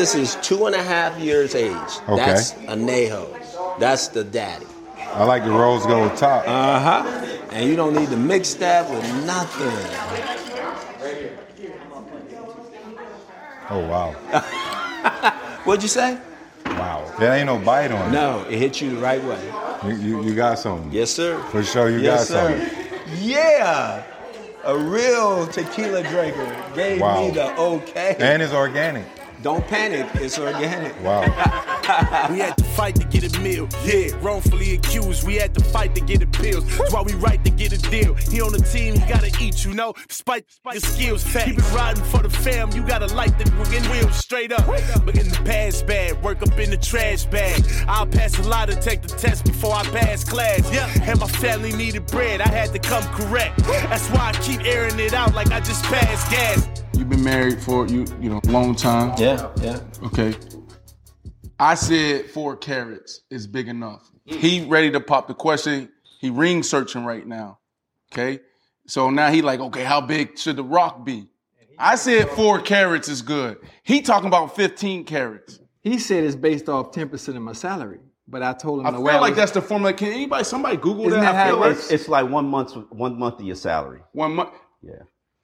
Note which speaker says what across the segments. Speaker 1: This is two and a half years age.
Speaker 2: Okay.
Speaker 1: That's añejo. That's the daddy.
Speaker 2: I like the rose gold top.
Speaker 1: Uh
Speaker 2: Uh-huh.
Speaker 1: huh. And you don't need to mix that with nothing.
Speaker 2: oh wow,
Speaker 1: What'd you say?
Speaker 2: wow. There ain't no bite on it.
Speaker 1: No, it hits you the right way.
Speaker 2: You, you, you got something.
Speaker 1: Yes, sir.
Speaker 2: For sure, you
Speaker 1: yes,
Speaker 2: got
Speaker 1: sir. Yeah. A real tequila drinker gave
Speaker 2: Wow.
Speaker 1: me the okay.
Speaker 2: And it's organic.
Speaker 1: don't panic. It's organic.
Speaker 2: Wow.
Speaker 3: We had to fight to get a meal. Yeah, wrongfully accused. We had to fight to get the pills. That's why we right to get a deal. He on the team, he gotta eat, you know. Despite your skills, keep it riding for the fam. You gotta light the wing wheels straight up. But in the past bag, work up in the trash bag. I'll pass a lot to take the test before I pass class. Yeah, and my family needed bread. I had to come correct. That's why I keep airing it out like I just passed gas.
Speaker 4: You've been married for you you know long time.
Speaker 1: Yeah, yeah.
Speaker 4: Okay. I said four carrots is big enough. He ready to pop the question. He ring searching right now. Okay. So now he like, okay, how big should the rock be? I said four carrots is good. He talking about 15 carrots.
Speaker 5: He said it's based off 10% of my salary, but I told him
Speaker 4: I
Speaker 5: the
Speaker 4: feel
Speaker 5: way I
Speaker 4: like
Speaker 5: was-
Speaker 4: that's the formula. Can anybody, somebody Google
Speaker 5: Isn't
Speaker 4: that?
Speaker 5: that
Speaker 4: I feel
Speaker 5: how it
Speaker 4: like
Speaker 5: works?
Speaker 6: It's like one month, one month of your salary.
Speaker 4: one month.
Speaker 6: Yeah.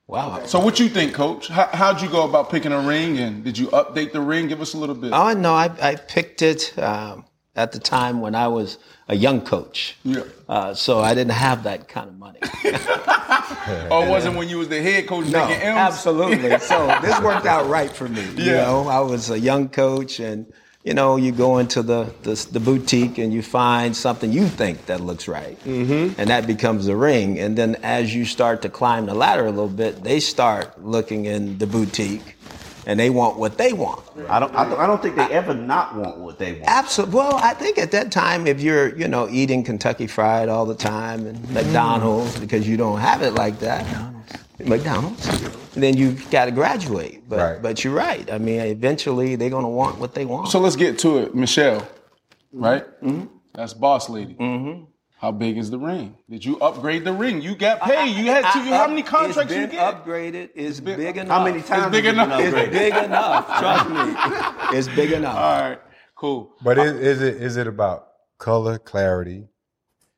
Speaker 1: Wow.
Speaker 4: So what you think, Coach? How, how'd you go about picking a ring, and did you update the ring? Give us a little bit.
Speaker 5: Uh,
Speaker 1: Oh no, I, I picked it um, at the time when I was a young coach.
Speaker 4: Yeah.
Speaker 1: Uh, so I didn't have that kind of money.
Speaker 4: Or was it when you was the head coach
Speaker 1: No,
Speaker 4: making M's?
Speaker 1: absolutely. So this worked out right for me. You
Speaker 4: Yeah.
Speaker 1: know, I was a young coach, and you know, you go into the the, the boutique and you find something you think that looks right, mm-hmm. and that becomes the ring. And then as you start to climb the ladder a little bit, they start looking in the boutique, and they want what they want.
Speaker 6: I don't, I don't, I don't think they ever not want what they want.
Speaker 1: Absolutely. Well, I think at that time, if you're, you know, eating Kentucky Fried all the time and McDonald's because you don't have it like that, McDonald's, then you got to graduate. But,
Speaker 2: Right.
Speaker 1: but you're right. I mean, eventually they're going to want what they want.
Speaker 4: So let's get to it, Michelle. Right? Mm-hmm. That's boss lady.
Speaker 6: Mm-hmm.
Speaker 4: How big is the ring? Did you upgrade the ring? You got paid. You had to. You, how many
Speaker 1: it's
Speaker 4: contracts
Speaker 1: been
Speaker 4: you get?
Speaker 1: upgraded. It's
Speaker 4: been-
Speaker 1: big, enough.
Speaker 6: How many times?
Speaker 4: big
Speaker 6: have you been
Speaker 4: enough.
Speaker 1: It's
Speaker 6: upgraded?
Speaker 1: big enough. Trust me. It's big enough.
Speaker 4: All right, cool.
Speaker 2: But is, is it is it about color clarity?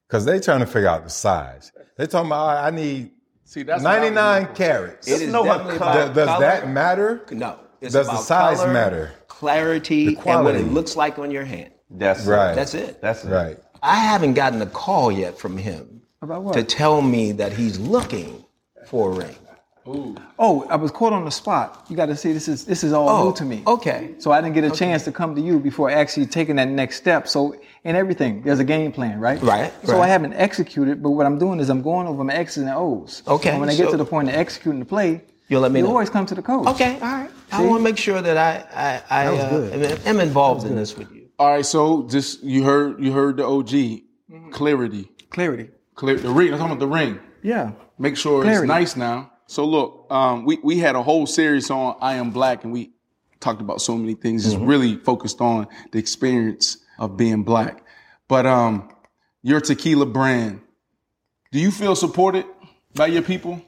Speaker 2: Because they trying to figure out the size. They talking about "Oh, I I need
Speaker 4: See, that's what I was
Speaker 2: ninety nine carats.
Speaker 1: It is
Speaker 6: no
Speaker 1: definitely
Speaker 6: color.
Speaker 1: about
Speaker 2: Does, does
Speaker 1: color.
Speaker 2: that matter?
Speaker 1: No. It's
Speaker 2: Does the
Speaker 1: about
Speaker 2: size
Speaker 1: color,
Speaker 2: matter?
Speaker 1: Clarity
Speaker 2: The
Speaker 1: and what
Speaker 2: quality.
Speaker 1: it looks like on your hand.
Speaker 6: That's
Speaker 2: Right.
Speaker 6: It.
Speaker 1: That's it.
Speaker 6: That's it.
Speaker 2: Right.
Speaker 1: I haven't gotten a call yet from him
Speaker 5: About what?
Speaker 1: to tell me that he's looking for a ring.
Speaker 5: Oh, I was caught on the spot. You got to see this is this is all
Speaker 1: Oh,
Speaker 5: new to me.
Speaker 1: okay.
Speaker 5: So I didn't get a chance to come to you before actually taking that next step. So in everything, there's a game plan, right?
Speaker 1: Right,
Speaker 5: So
Speaker 1: right.
Speaker 5: I haven't executed, but what I'm doing is I'm going over my X's and O's.
Speaker 1: Okay,
Speaker 5: And when I get
Speaker 1: so-
Speaker 5: to the point of executing the play,
Speaker 1: You'll let me
Speaker 5: you
Speaker 1: know.
Speaker 5: always come to the coach.
Speaker 1: Okay, all right. I want to make sure that I I, I uh, am- am involved in this with you.
Speaker 4: All right, so just you heard you heard the OG
Speaker 6: Mm-hmm.
Speaker 4: clarity,
Speaker 5: Clarity.
Speaker 4: clear the ring. I'm talking about the ring.
Speaker 5: Yeah.
Speaker 4: Make sure it's
Speaker 5: Clarity.
Speaker 4: nice now. So look, um, we we had a whole series on I am black, and we talked about so many things.
Speaker 2: Mm-hmm.
Speaker 4: It's really focused on the experience of being black. But um, your tequila brand, do you feel supported by your people?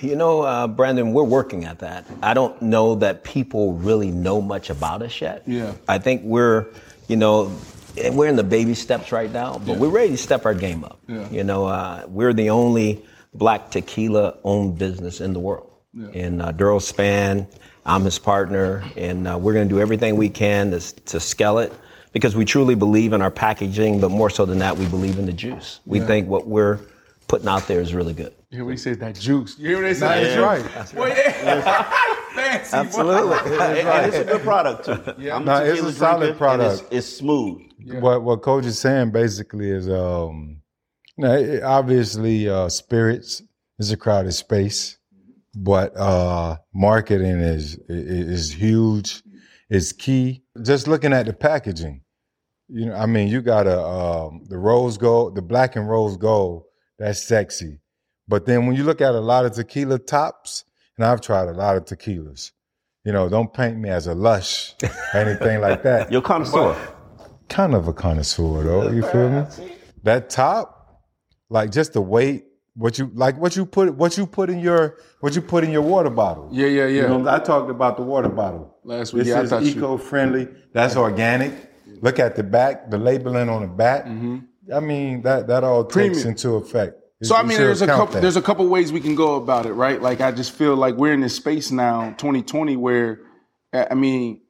Speaker 1: You know, uh, Brandon, we're working at that. I don't know that people really know much about us yet.
Speaker 4: Yeah.
Speaker 1: I think we're, you know, and we're in the baby steps right now, but we're ready to step our game up.
Speaker 4: Yeah.
Speaker 1: You know, uh, we're the only black tequila owned business in the world. And uh, Daryl Span, I'm his partner, and uh, we're going to do everything we can to, s- to scale it because we truly believe in our packaging, but more so than that, we believe in the juice. We think what we're putting out there is really good.
Speaker 4: You hear what he said? That juice. You hear what they
Speaker 2: That
Speaker 4: said?
Speaker 2: is right.
Speaker 4: Boy, yeah. Fancy. boy.
Speaker 6: And, and it's a good product too. I'm
Speaker 2: No, it's a
Speaker 6: tequila
Speaker 2: solid
Speaker 6: drinker, and it's-
Speaker 2: product.
Speaker 6: It's, smooth.
Speaker 2: What what coach is saying basically is um you know, it- obviously uh spirits is a crowded space, but uh marketing is i- i- is huge is key. Just looking at the packaging, you know, I mean, you got a um, the rose gold, the black and rose gold. That's sexy. But then when you look at a lot of tequila tops, and I've tried a lot of tequilas, you know, don't paint me as a lush or anything like that.
Speaker 6: You're connoisseur.
Speaker 2: kind of a connoisseur though. You feel me? That top, like just the weight, what you like, what you put, what you put in your, what you put in your water bottle.
Speaker 4: Yeah, yeah, yeah.
Speaker 2: You know, I talked about the water bottle.
Speaker 4: Last week,
Speaker 2: This
Speaker 4: yeah, I
Speaker 2: is
Speaker 4: thought you.
Speaker 2: eco-friendly. That's organic. Look at the back, the labeling on the back. I mean, that that all takes
Speaker 4: Mm-hmm. Premium.
Speaker 2: into effect.
Speaker 4: So
Speaker 2: You
Speaker 4: I mean,
Speaker 2: should
Speaker 4: there's a
Speaker 2: count
Speaker 4: couple.
Speaker 2: that.
Speaker 4: There's a couple ways we can go about it, right? Like I just feel like we're in this space now, 2020, where I I mean,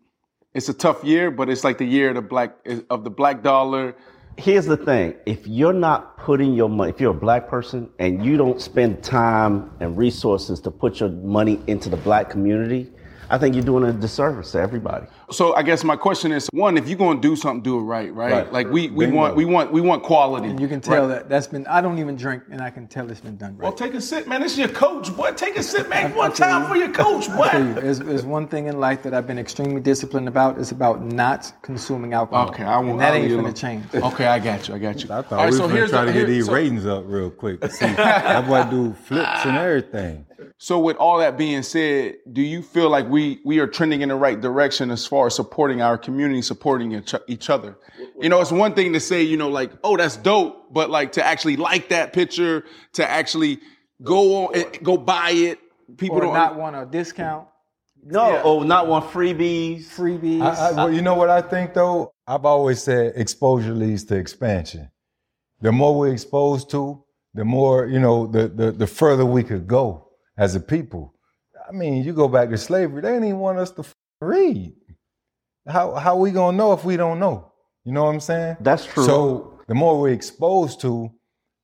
Speaker 4: it's a tough year, but it's like the year of the black of the black dollar.
Speaker 6: Here's the thing: if you're not putting your money, if you're a black person and you don't spend time and resources to put your money into the black community, I think you're doing a disservice to everybody.
Speaker 4: So I guess my question is: one, if you're going to do something, do it right, right?
Speaker 2: Right.
Speaker 4: Like we we want we want we want quality.
Speaker 5: You can tell that that's been. I don't even drink, and I can tell it's been done right.
Speaker 4: Well, take a sip, man. This is your coach, boy. Take a sip, man.
Speaker 5: I-
Speaker 4: One
Speaker 5: I feel
Speaker 4: time
Speaker 5: you.
Speaker 4: for your coach,
Speaker 5: I feel you.
Speaker 4: boy.
Speaker 5: There's, there's one thing in life that I've been extremely disciplined about. It's about not consuming alcohol.
Speaker 4: Okay, I won't.
Speaker 5: And that
Speaker 4: I'll
Speaker 5: ain't
Speaker 4: leave you
Speaker 5: gonna
Speaker 4: alone.
Speaker 5: change.
Speaker 4: Okay, I got you. I got you.
Speaker 2: I thought
Speaker 4: All right,
Speaker 2: we
Speaker 4: so
Speaker 2: were
Speaker 4: here's
Speaker 2: trying
Speaker 4: the-
Speaker 2: to get
Speaker 4: here-
Speaker 2: these
Speaker 4: so-
Speaker 2: ratings up real quick. See, that boy do flips and everything.
Speaker 4: So, with all that being said, do you feel like we we are trending in the right direction as far as supporting our community, supporting each, each other? You know, it's one thing to say, you know, like, oh, that's dope, but like to actually like that picture, to actually go on, and go buy it. People
Speaker 5: Or
Speaker 4: don't
Speaker 5: not want a discount,
Speaker 6: No, oh, not want freebies.
Speaker 5: freebies.
Speaker 2: I, I, well, you know what I think though? I've always said exposure leads to expansion. The more we're exposed to, the more you know, the the, the further we could go as a people. I mean, you go back to slavery; they didn't even want us to f- read. How how we gonna know if we don't know? You know what I'm saying?
Speaker 6: That's true.
Speaker 2: So the more we're exposed to,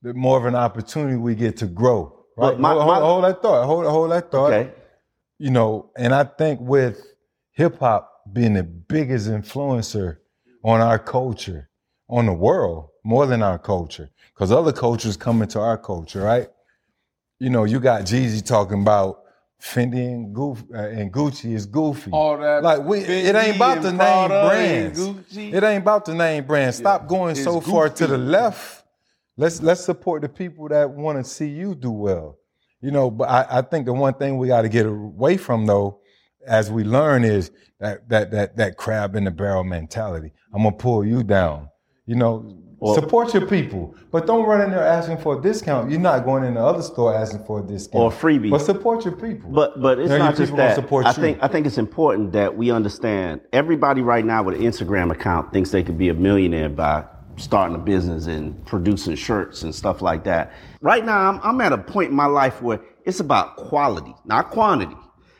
Speaker 2: the more of an opportunity we get to grow.
Speaker 6: But
Speaker 2: Right?
Speaker 6: my-
Speaker 2: hold, hold-
Speaker 6: my-
Speaker 2: hold that thought. Hold hold that thought
Speaker 6: okay.
Speaker 2: you know, and I think with hip hop being the biggest influencer on our culture, on the world, more than our culture, because other cultures come into our culture, right? You know, you got Jeezy talking about Fendi and, Goof, uh, and Gucci is goofy.
Speaker 4: All that
Speaker 2: like we, it
Speaker 4: Fendi
Speaker 2: ain't about
Speaker 4: and
Speaker 2: the name
Speaker 4: Prada and
Speaker 2: brands.
Speaker 4: Gucci.
Speaker 2: It ain't about the name brand. Stop going
Speaker 4: It's
Speaker 2: so far
Speaker 4: goofy.
Speaker 2: to the left. Let's let's support the people that want to see you do well. You know, but I, I think the one thing we got to get away from though, as we learn, is that that that that crab in the barrel mentality. I'm gonna pull you down. You know, support your people, but don't run in there asking for a discount. You're not going in the other store asking for a discount
Speaker 6: Or freebie.
Speaker 2: But support your people.
Speaker 6: But but it's
Speaker 2: You know, your
Speaker 6: not just
Speaker 2: people gonna
Speaker 6: that.
Speaker 2: Support
Speaker 6: I
Speaker 2: you.
Speaker 6: think I think it's important that we understand everybody right now with an Instagram account thinks they could be a millionaire by starting a business and producing shirts and stuff like that. Right now I'm I'm at a point in my life where it's about quality, not quantity.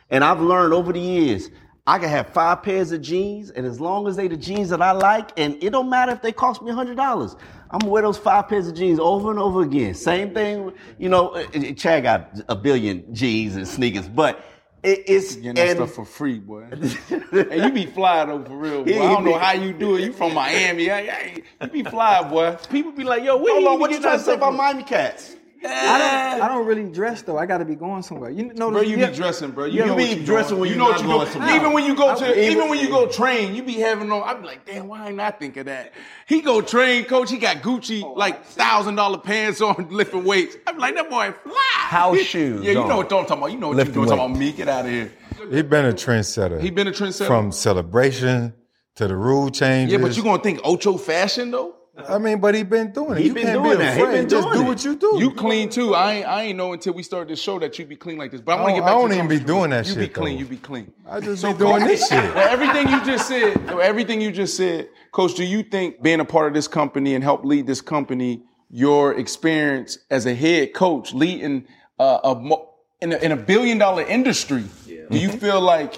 Speaker 6: And I've learned over the years I can have five pairs of jeans, and as long as they the jeans that I like, and it don't matter if they cost me hundred dollars, I'm gonna wear those five pairs of jeans over and over again. Same thing, you know. uh, uh, Chad got a billion jeans and sneakers, but it, it's
Speaker 4: Getting that
Speaker 6: and-
Speaker 4: stuff for free, boy. and you be fly though, for real. Boy. I don't know how you do it. You from Miami? I, I, you be fly, boy. People be like, yo, we
Speaker 6: Hold on,
Speaker 4: ain't
Speaker 6: what you
Speaker 4: even
Speaker 6: trying to say
Speaker 4: getting
Speaker 6: about
Speaker 4: our stuff
Speaker 6: Miami Cats?
Speaker 5: I don't, I don't really dress though. I got to be going somewhere. You know,
Speaker 4: Bro, you
Speaker 5: yeah,
Speaker 4: be dressing, bro.
Speaker 6: You
Speaker 4: know
Speaker 6: be
Speaker 4: what you
Speaker 6: dressing
Speaker 4: doing.
Speaker 6: when
Speaker 4: you
Speaker 6: you
Speaker 4: know
Speaker 6: not
Speaker 4: what
Speaker 6: going
Speaker 4: you do.
Speaker 6: somewhere.
Speaker 4: Even when you go to,
Speaker 6: I-
Speaker 4: even when you go train, you be having on. I be like, damn, why ain't I think of that? He go train, coach. He got Gucci
Speaker 6: Oh,
Speaker 4: like thousand dollar pants on, lifting weights. I'm like, that boy fly.
Speaker 1: House shoes
Speaker 4: Yeah, you
Speaker 1: on.
Speaker 4: know what I'm talking about. You know what
Speaker 1: Lifting
Speaker 4: you doing. Talking
Speaker 1: weights.
Speaker 4: about me. Get out of here.
Speaker 2: He been a trendsetter.
Speaker 4: He been a trendsetter.
Speaker 2: From celebration to the rule changes.
Speaker 4: Yeah, but you gonna think Ocho fashion though?
Speaker 2: I mean, but he been doing it.
Speaker 6: He
Speaker 2: you
Speaker 6: been
Speaker 2: can't
Speaker 6: doing
Speaker 2: be
Speaker 6: that.
Speaker 2: afraid.
Speaker 6: He been
Speaker 2: Just
Speaker 6: doing
Speaker 2: do
Speaker 6: it.
Speaker 2: what you do.
Speaker 4: You clean too. I ain't, I ain't know until we started this show that you be clean like this. But
Speaker 2: I
Speaker 4: I want to
Speaker 2: don't-
Speaker 4: get back.
Speaker 2: I
Speaker 4: to
Speaker 2: don't
Speaker 4: the
Speaker 2: even be
Speaker 4: conversation.
Speaker 2: doing that
Speaker 4: you
Speaker 2: shit,
Speaker 4: be clean.
Speaker 2: though.
Speaker 4: You be clean.
Speaker 2: I just be doing this shit.
Speaker 4: Now, everything you just said, now, everything you just said, Coach. Do you think being a part of this company and help lead this company, your experience as a head coach leading uh, a mo- in a, in a billion dollar industry, do you feel like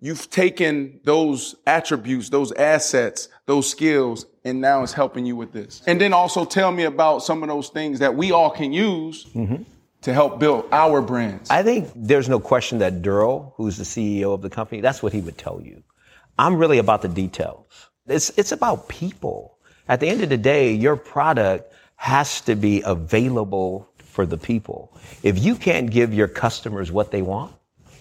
Speaker 4: you've taken those attributes, those assets, those skills, and now it's helping you with this? And then also tell me about some of those things that we all can use to help build our brands.
Speaker 1: I think there's no question that Durrell, who's the CEO of the company, that's what he would tell you. I'm really about the details. It's, it's about people. At the end of the day, your product has to be available for the people. If you can't give your customers what they want,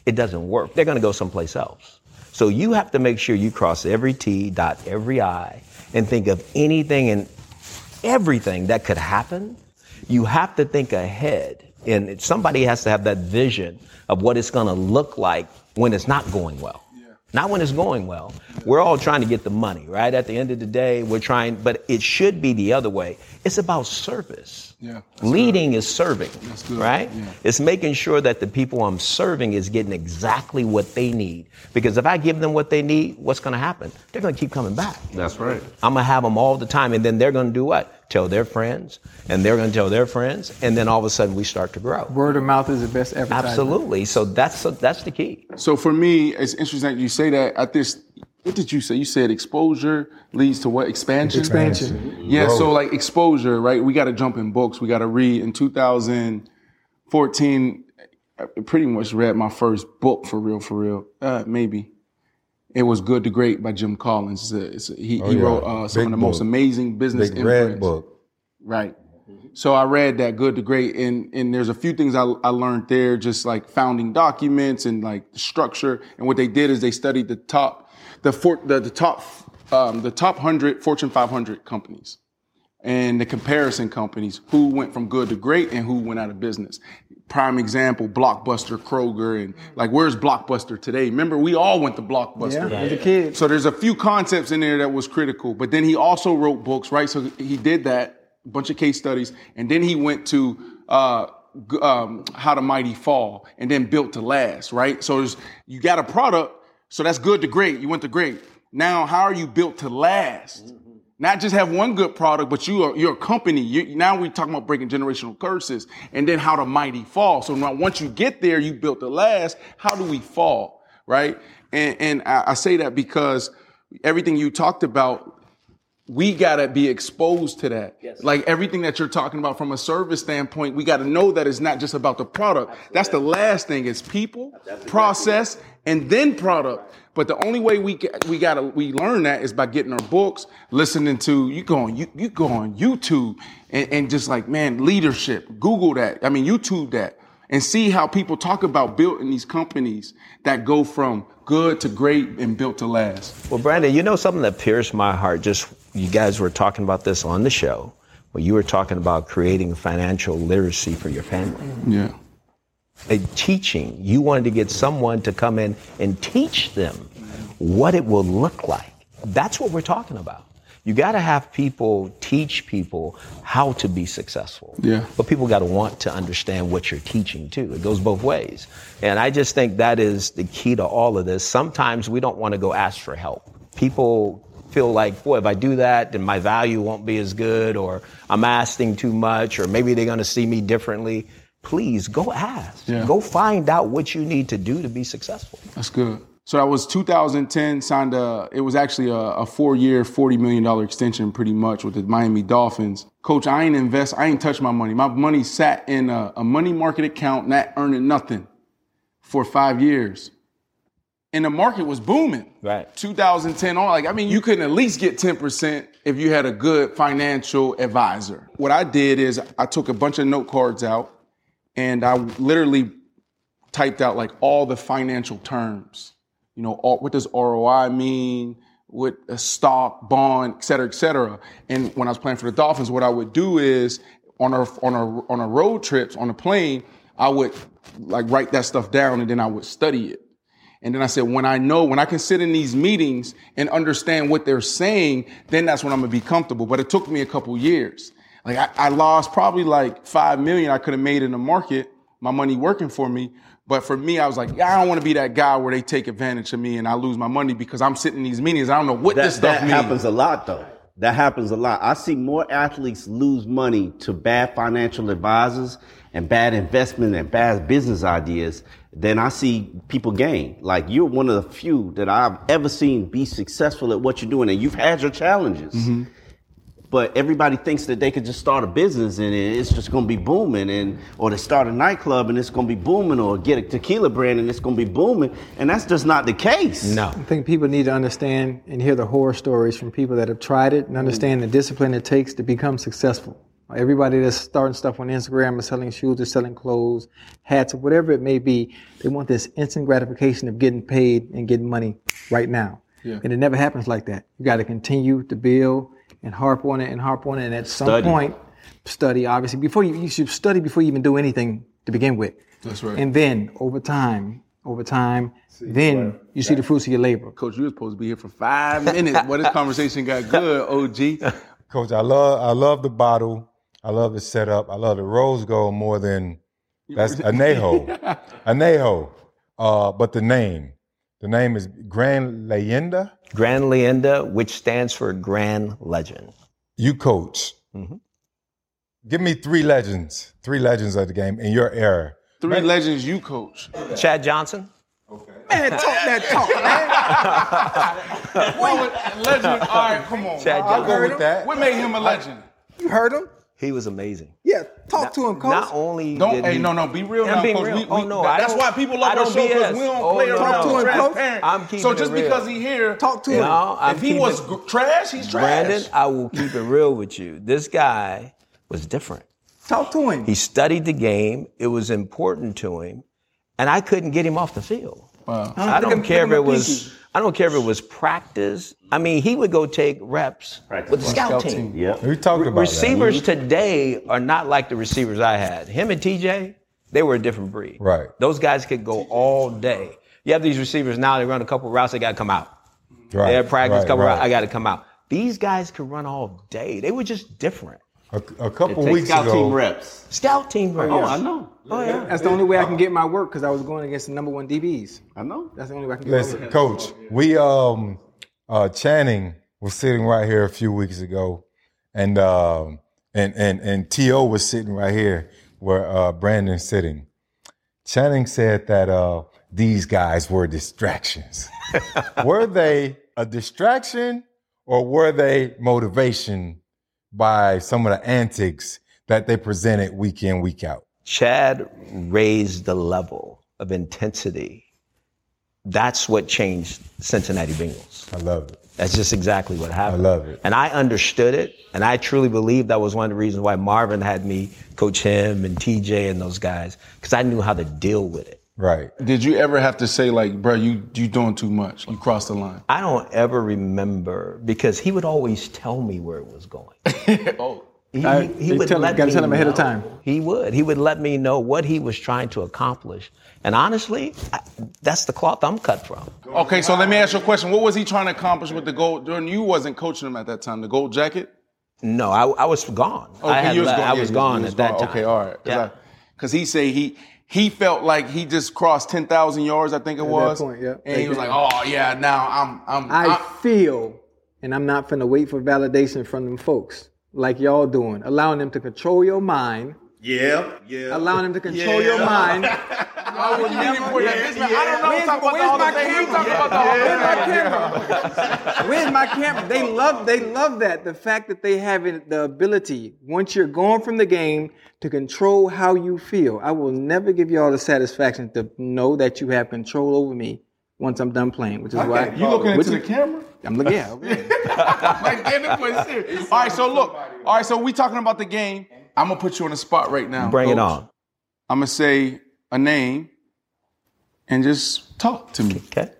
Speaker 1: it doesn't work. They're going to go someplace else. So you have to make sure you cross every T, dot every I, and think of anything and everything that could happen. You have to think ahead. And somebody has to have that vision of what it's going to look like when it's not going well. Not when it's going well. We're all trying to get the money, right? At the end of the day, we're trying, but it should be the other way. It's about service.
Speaker 4: Yeah,
Speaker 1: Leading is serving,
Speaker 4: good.
Speaker 1: right?
Speaker 4: Yeah.
Speaker 1: It's making sure that the people I'm serving is getting exactly what they need. Because if I give them what they need, what's going to happen? They're going to keep coming back.
Speaker 6: That's right.
Speaker 1: I'm gonna have them all the time, and then they're gonna do what? Tell their friends, and they're gonna tell their friends, and then all of a sudden we start to grow.
Speaker 5: Word of mouth is the best advertisement.
Speaker 1: Absolutely. So that's that's the key.
Speaker 4: So for me, it's interesting that you say that. At this, what did you say? You said exposure leads to what? Expansion.
Speaker 5: Expansion.
Speaker 4: Yeah. So like exposure, right? We got to jump in books. We got to read. In 2014, I pretty much read my first book for real, for real. Uh, maybe it was Good to Great by Jim Collins. It's a, it's a, he he
Speaker 2: Oh, yeah.
Speaker 4: wrote uh, some
Speaker 2: Big
Speaker 4: of the most
Speaker 2: book.
Speaker 4: amazing business
Speaker 2: Big red
Speaker 4: imprints.
Speaker 2: book.
Speaker 4: Right. So I read that good to great, and and there's a few things I, I learned there, just like founding documents and like the structure. And what they did is they studied the top, the for, the, the top, um, the top hundred Fortune 500 companies, and the comparison companies who went from good to great and who went out of business. Prime example: Blockbuster, Kroger, and like where's Blockbuster today? Remember, we all went to
Speaker 5: Yeah,
Speaker 4: Blockbuster.
Speaker 5: as a kid.
Speaker 4: So there's a few concepts in there that was critical, but then he also wrote books, right? So he did that, a bunch of case studies, and then he went to uh, g- um, How the Mighty Fall, and then Built to Last, right? So there's, you got a product, so that's good to great. You went to great. Now, how are you built to last? Not just have one good product, but you are you're a company. You, now we're talking about breaking generational curses, and then how the mighty fall. So now, once you get there, you built to last. How do we fall? right? And, and I, I say that because everything you talked about, we gotta be exposed to that. Like everything that you're talking about from a service standpoint, we gotta know that it's not just about the product. That's the last thing: is people, process, and then product. But the only way we get, we gotta we learn that is by getting our books, listening to you go on you, you go on YouTube, and, and just like man, leadership. Google that. I mean, YouTube that and see how people talk about building these companies that go from good to great and built to last.
Speaker 1: Well, Brandon, you know something that pierced my heart. Just you guys were talking about this on the show, where you were talking about creating financial literacy for your family.
Speaker 4: Yeah.
Speaker 1: a teaching. You wanted to get someone to come in and teach them what it will look like. That's what we're talking about. You got to have people teach people how to be successful.
Speaker 4: Yeah.
Speaker 1: But people got to want to understand what you're teaching too. It goes both ways. And I just think that is the key to all of this. Sometimes we don't want to go ask for help. People feel like, boy, if I do that, then my value won't be as good, or I'm asking too much, or maybe they're going to see me differently. Please go ask.
Speaker 4: Yeah.
Speaker 1: Go find out what you need to do to be successful.
Speaker 4: That's good. So that was 2010. Signed a. It was actually a, a four-year, forty million dollar extension, pretty much, with the Miami Dolphins. Coach, I ain't invest. I ain't touch my money. My money sat in a, a money market account, not earning nothing, for five years. And the market was booming.
Speaker 1: Right.
Speaker 4: 2010 on. Like, I mean, you couldn't at least get 10% if you had a good financial advisor. What I did is I took a bunch of note cards out and I literally typed out like all the financial terms. You know, all, what does ROI mean? What a stock, bond, et cetera, et cetera. And when I was playing for the Dolphins, what I would do is on our on our on our road trips on a plane, I would like write that stuff down and then I would study it. And then I said, when I know, when I can sit in these meetings and understand what they're saying, then that's when I'm gonna be comfortable. But it took me a couple years. Like I, I lost probably like five million I could have made in the market, my money working for me. But for me, I was like, I don't want to be that guy where they take advantage of me and I lose my money because I'm sitting in these meetings. I don't know what
Speaker 6: That,
Speaker 4: this stuff
Speaker 6: that
Speaker 4: means.
Speaker 6: happens a lot, though. That happens a lot. I see more athletes lose money to bad financial advisors and bad investment and bad business ideas than I see people gain. Like you're one of the few that I've ever seen be successful at what you're doing, and you've had your challenges. But everybody thinks that they could just start a business and it- it's just gonna be booming, and or they start a nightclub and it's gonna be booming, or get a tequila brand and it's gonna be booming, and that's just not the case.
Speaker 1: No.
Speaker 5: I think people need to understand and hear the horror stories from people that have tried it and understand the discipline it takes to become successful. Everybody that's starting stuff on Instagram or selling shoes or selling clothes, hats, or whatever it may be, they want this instant gratification of getting paid and getting money right now. And it never happens like that. You got to continue to build and harp on it and harp on it. And at
Speaker 1: Study.
Speaker 5: some point, study, obviously, before you, you should study before you even do anything to begin with.
Speaker 4: That's right.
Speaker 5: And then over time, over time, then you see the fruits of your labor.
Speaker 4: Coach, you were supposed to be here for five minutes. Boy, this conversation got good, OG.
Speaker 2: Coach, I love I love the bottle. I love the setup. I love the rose gold more than that's Anejo. Anejo. Uh, but the name. The name is Grand Leyenda.
Speaker 1: Grand Leyenda, which stands for Grand Legend.
Speaker 2: You coach.
Speaker 6: Mm-hmm.
Speaker 2: Give me three legends. Three legends of the game in your era.
Speaker 4: Three legends you coach.
Speaker 1: Chad Johnson,
Speaker 5: Man, talk that talk,
Speaker 4: legend. All right, come on.
Speaker 1: Chad
Speaker 2: I'll go
Speaker 1: Johnson,
Speaker 2: with that.
Speaker 4: What made him a legend?
Speaker 5: You heard him?
Speaker 1: he was amazing.
Speaker 5: Yeah, talk to him, coach.
Speaker 1: Not only
Speaker 4: Don't.
Speaker 1: did
Speaker 4: Hey,
Speaker 1: he-
Speaker 4: no, no. Be real
Speaker 1: I'm
Speaker 4: now,
Speaker 1: being
Speaker 4: Coach.
Speaker 1: real.
Speaker 4: We, we,
Speaker 1: Oh, no, I
Speaker 4: that's
Speaker 1: don't-
Speaker 4: why people
Speaker 1: I
Speaker 4: love our
Speaker 1: don't
Speaker 4: show because
Speaker 1: BS.
Speaker 4: we don't
Speaker 1: Oh,
Speaker 4: play
Speaker 1: no,
Speaker 4: around.
Speaker 5: no.
Speaker 4: with
Speaker 5: Talk to him,
Speaker 4: transparent.
Speaker 1: Coach. I'm keeping
Speaker 4: So
Speaker 1: it
Speaker 4: just
Speaker 1: real.
Speaker 4: because he here,
Speaker 5: Talk to him.
Speaker 1: No, I'm
Speaker 4: if he
Speaker 1: keeping-
Speaker 4: was gr- trash, he's trash.
Speaker 1: Brandon, I will keep it real with you. This guy was different.
Speaker 5: Talk to him.
Speaker 1: He studied the game. It was important to him, and I couldn't get him off the field. I
Speaker 5: Pick
Speaker 1: don't
Speaker 5: him-
Speaker 1: care if
Speaker 5: pick him
Speaker 1: it
Speaker 5: up
Speaker 1: was.
Speaker 5: pinky.
Speaker 1: I don't care if it was practice. I mean, he would go take reps
Speaker 6: Practice
Speaker 1: with the
Speaker 6: squad.
Speaker 1: scout,
Speaker 4: Scout
Speaker 1: team.
Speaker 6: Yep. Mm-hmm.
Speaker 2: We talked about that.
Speaker 1: Receivers today are not like the receivers I had. Him and TJ, they were a different breed.
Speaker 2: Right.
Speaker 1: Those guys could go all day. You have these receivers now. They run a couple routes. They got to come out.
Speaker 2: Right,
Speaker 1: They had practice
Speaker 2: right,
Speaker 1: come
Speaker 2: right.
Speaker 1: around. I got to come out. These guys could run all day. They were just different.
Speaker 2: A, a couple
Speaker 6: Take
Speaker 2: weeks
Speaker 6: scout
Speaker 2: ago.
Speaker 6: team reps.
Speaker 1: Scout team. Right?
Speaker 6: Oh, I know.
Speaker 1: Oh, yeah.
Speaker 5: That's the only way I can get my work because I was going against the number one DBs.
Speaker 6: I know.
Speaker 5: That's the only way I can get my
Speaker 2: Listen,
Speaker 5: work.
Speaker 2: Coach, we um uh Channing was sitting right here a few weeks ago, and um and and and To was sitting right here where uh Brandon's sitting. Channing said that uh these guys were distractions. were they a distraction or were they motivation by some of the antics that they presented week in week out?
Speaker 1: Chad raised the level of intensity. That's what changed Cincinnati Bengals.
Speaker 2: I love it.
Speaker 1: That's just exactly what happened.
Speaker 2: I love it.
Speaker 1: And I understood it, and I truly believe that was one of the reasons why Marvin had me coach him and TJ and those guys because I knew how to deal with it.
Speaker 2: Right.
Speaker 4: Did you ever have to say like, bro, you you doing too much? You crossed the line.
Speaker 1: I don't ever remember because he would always tell me where it was going.
Speaker 4: Oh.
Speaker 1: He,
Speaker 5: I-
Speaker 1: he
Speaker 5: you
Speaker 1: would
Speaker 5: tell him-
Speaker 1: let
Speaker 5: gotta
Speaker 1: me
Speaker 5: tell him ahead of
Speaker 1: know.
Speaker 5: time.
Speaker 1: He would. He would let me know what he was trying to accomplish. And honestly, I, that's the cloth I'm cut from.
Speaker 4: Okay, so let me ask you a question. What was he trying to accomplish with the gold? During you wasn't coaching him at that time. The gold jacket.
Speaker 1: No, I, I was gone. I, had
Speaker 4: you
Speaker 1: le- I
Speaker 4: Yeah,
Speaker 1: was
Speaker 4: you-
Speaker 1: gone
Speaker 4: you
Speaker 1: at
Speaker 4: was
Speaker 1: that
Speaker 4: gone.
Speaker 1: time.
Speaker 4: Okay, all right.
Speaker 1: Yeah.
Speaker 4: Because he say he he felt like he just crossed ten thousand yards. I think it was.
Speaker 5: point, yeah.
Speaker 4: And he was like, oh yeah, now I'm I'm.
Speaker 5: I
Speaker 4: I'm-
Speaker 5: feel, and I'm not finna wait for validation from them folks like y'all doing, allowing them to control your mind,
Speaker 7: Yeah, yeah.
Speaker 5: allowing them to control your mind.
Speaker 4: I was reading for that. This man- I don't know.
Speaker 5: Where's-
Speaker 4: Talk about the
Speaker 5: where's
Speaker 4: Hall
Speaker 5: my
Speaker 4: of Fame. You
Speaker 5: camera?
Speaker 4: talking about the Hall of Fame.
Speaker 5: Where's my camera? Where's my camera? They love they love that. The fact that they have it, the ability, once you're gone from the game, to control how you feel. I will never give y'all the satisfaction to know that you have control over me once I'm done playing, which is why
Speaker 4: You looking
Speaker 5: which
Speaker 4: into the
Speaker 5: is-
Speaker 4: camera?
Speaker 5: I'm looking, yeah, okay.
Speaker 4: like, damn, this boy's serious. All right, so look. All right, so we talking about the game. I'm gonna put you on the spot right now.
Speaker 1: Bring it
Speaker 4: coach.
Speaker 1: on.
Speaker 4: I'm gonna say a name, and just talk to me.
Speaker 1: Okay.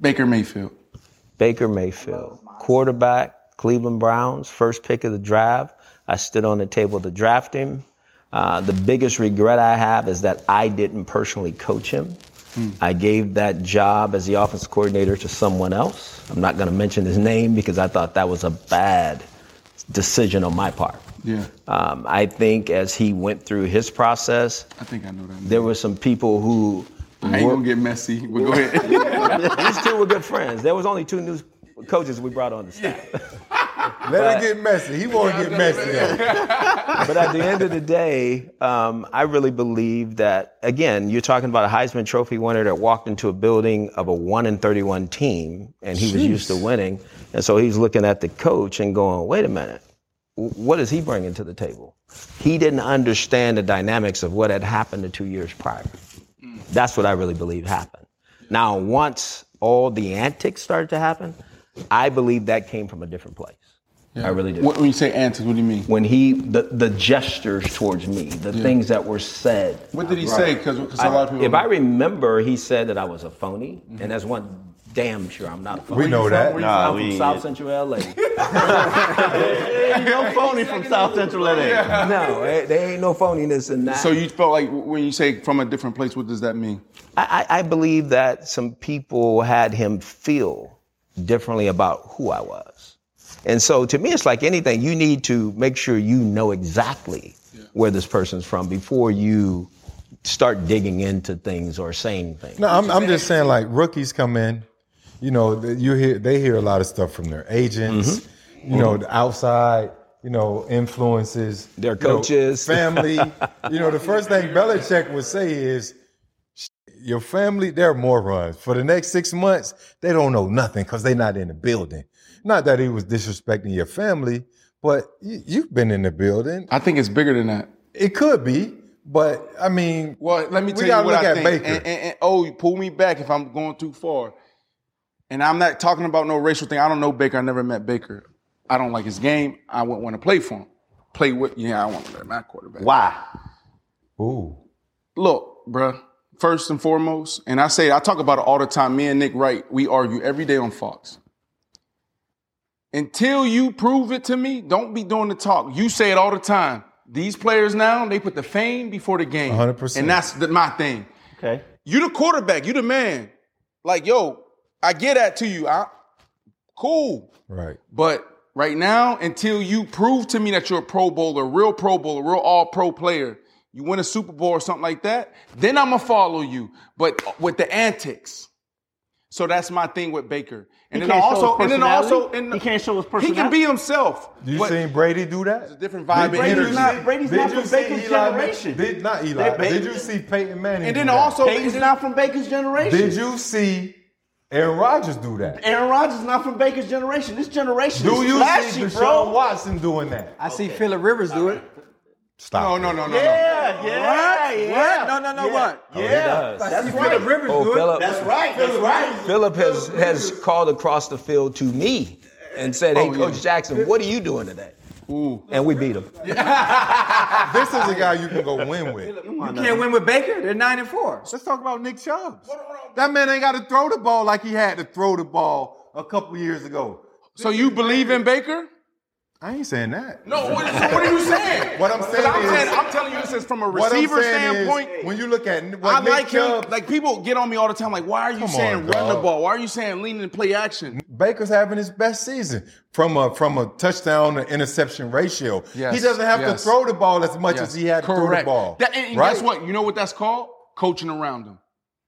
Speaker 4: Baker Mayfield.
Speaker 1: Baker Mayfield, quarterback, Cleveland Browns, first pick of the draft. I stood on the table to draft him. Uh, the biggest regret I have is that I didn't personally coach him.
Speaker 4: Hmm.
Speaker 1: I gave that job as the offense coordinator to someone else. I'm not going to mention his name because I thought that was a bad decision on my part.
Speaker 4: Yeah,
Speaker 1: Um, I think as he went through his process,
Speaker 4: I think I know that. Name.
Speaker 1: there were some people who
Speaker 4: I ain't gonna get messy, but go ahead.
Speaker 1: these two were good friends. There was only two new coaches we brought on the staff.
Speaker 2: Let it get messy. He won't get messy though.
Speaker 1: But at the end of the day, um, I really believe that again, you're talking about a Heisman Trophy winner that walked into a building of a one in thirty-one team, and he was used to winning, and so he's looking at the coach and going, "Wait a minute, w- what is he bringing to the table?" He didn't understand the dynamics of what had happened the two years prior. That's what I really believe happened. Now, once all the antics started to happen, I believe that came from a different place. I really do.
Speaker 4: What, when you say antics, what do you mean?
Speaker 1: When he the the gestures towards me, the things that were said.
Speaker 4: What did he say? Because a lot of people.
Speaker 1: if I remember, he said that I was a phony, and that's one damn sure I'm not a phony.
Speaker 2: We know that.
Speaker 4: Where you
Speaker 6: Nah,
Speaker 1: I'm
Speaker 6: we
Speaker 1: from
Speaker 6: ain't-
Speaker 1: South Central LA.
Speaker 6: Ain't no phony from South Central LA.
Speaker 1: no, eh, there ain't no phoniness in that.
Speaker 4: So you felt like when you say from a different place, what does that mean?
Speaker 1: I, I I believe that some people had him feel differently about who I was. And so to me, it's like anything, you need to make sure you know exactly where this person's from before you start digging into things or saying things.
Speaker 2: No, I'm, I'm just saying like rookies come in, you know, th- you hear they hear a lot of stuff from their agents,
Speaker 1: Mm-hmm.
Speaker 2: you know, the outside, you know, influences,
Speaker 1: Their
Speaker 2: you know,
Speaker 1: coaches.
Speaker 2: family. you know, the first thing Belichick would say is, "Your family, they're morons. For the next six months, they don't know nothing because they're not in the building." Not that he was disrespecting your family, but you, you've been in the building.
Speaker 4: I think it's bigger than that.
Speaker 2: It could be, but I mean,
Speaker 4: Well, let me
Speaker 2: We
Speaker 4: tell
Speaker 2: gotta
Speaker 4: you what
Speaker 2: look
Speaker 4: I
Speaker 2: at
Speaker 4: think.
Speaker 2: Baker.
Speaker 4: And, and- and- oh, you pull me back if I'm going too far. And I'm not talking about no racial thing. I don't know Baker. I never met Baker. I don't like his game. I wouldn't want to play for him. Play with? Yeah, I want to play my quarterback.
Speaker 6: Why?
Speaker 2: ooh,
Speaker 4: Look, bruh. First and foremost, and I say I talk about it all the time. Me and Nick Wright, we argue every day on Fox. Until you prove it to me, don't be doing the talk. You say it all the time. These players now, they put the fame before the game.
Speaker 2: 100%.
Speaker 4: And that's the, my thing.
Speaker 6: Okay.
Speaker 4: You the quarterback. You the man. Like, yo, I get that to you. I cool.
Speaker 2: right.
Speaker 4: But right now, until you prove to me that you're a Pro Bowler, real Pro Bowler, real All Pro player, you win a Super Bowl or something like that, then I'm gonna follow you. But with the antics. So that's my thing with Baker. And
Speaker 6: He
Speaker 4: then
Speaker 6: can't show
Speaker 4: also,
Speaker 6: his
Speaker 4: and then also,
Speaker 6: personality?
Speaker 4: and
Speaker 6: He can't show his
Speaker 4: He can
Speaker 6: personality?
Speaker 4: be himself.
Speaker 2: You
Speaker 4: but
Speaker 2: seen Brady do that?
Speaker 4: different vibe
Speaker 2: Did
Speaker 4: and
Speaker 2: you
Speaker 4: energy.
Speaker 2: see-
Speaker 6: Brady's
Speaker 2: did
Speaker 6: not
Speaker 2: you
Speaker 6: from
Speaker 2: see
Speaker 6: Baker's
Speaker 2: Eli-
Speaker 6: generation.
Speaker 2: Did not
Speaker 6: They-
Speaker 2: Eli.
Speaker 6: they-
Speaker 2: Did you see Peyton Manning?
Speaker 4: and
Speaker 2: do
Speaker 4: then
Speaker 2: that?
Speaker 4: also, and
Speaker 6: Peyton's
Speaker 4: then-
Speaker 6: not from Baker's generation.
Speaker 2: did you see Aaron Rodgers do that?
Speaker 6: Aaron Rodgers is not from Baker's generation. This generation
Speaker 2: Do
Speaker 6: is
Speaker 2: you see
Speaker 6: flashy,
Speaker 2: Deshaun
Speaker 6: bro.
Speaker 2: Watson doing that?
Speaker 5: I see Phillip Rivers do it.
Speaker 2: Stop.
Speaker 4: no,
Speaker 2: it.
Speaker 4: no, no, no,
Speaker 6: Yeah, yeah,
Speaker 5: What?
Speaker 6: yeah.
Speaker 5: What? No, no, no,
Speaker 6: yeah,
Speaker 2: Oh,
Speaker 5: what?
Speaker 6: Yeah.
Speaker 1: does.
Speaker 6: That's,
Speaker 5: I see
Speaker 6: right.
Speaker 5: Phillip Rivers
Speaker 1: Oh,
Speaker 5: do
Speaker 1: Philip,
Speaker 5: it.
Speaker 6: That's right. That's right.
Speaker 1: Philip has, has called across the field to me and said, hey, Coach Jackson, what are you doing today?
Speaker 4: no. Ooh.
Speaker 1: And we beat him.
Speaker 2: This is a guy you can go win with.
Speaker 5: You can't win with Baker. They're nine and four.
Speaker 2: Let's talk about Nick Chubb. That man ain't got to throw the ball like he had to throw the ball a couple years ago.
Speaker 4: So you believe in Baker?
Speaker 2: I ain't saying that.
Speaker 4: No, what, so what are you saying?
Speaker 2: What I'm saying
Speaker 4: I'm,
Speaker 2: is-
Speaker 4: saying, I'm telling you this is from a
Speaker 2: What I'm
Speaker 4: receiver
Speaker 2: saying is,
Speaker 4: standpoint.
Speaker 2: when you look at what
Speaker 4: I
Speaker 2: Nick
Speaker 4: like him.
Speaker 2: Chubb,
Speaker 4: Like people get on me all the time. Like, why are you
Speaker 2: Come
Speaker 4: saying
Speaker 2: on,
Speaker 4: run the
Speaker 2: dog.
Speaker 4: ball? Why are you saying lean and play action?
Speaker 2: Baker's having his best season from a from a touchdown to interception ratio.
Speaker 4: Yes,
Speaker 2: He doesn't have
Speaker 4: yes.
Speaker 2: to throw the ball as much
Speaker 4: Yes,
Speaker 2: as he had to throw the ball.
Speaker 4: That, and and
Speaker 2: right?
Speaker 4: guess what? You know what that's called? Coaching around him.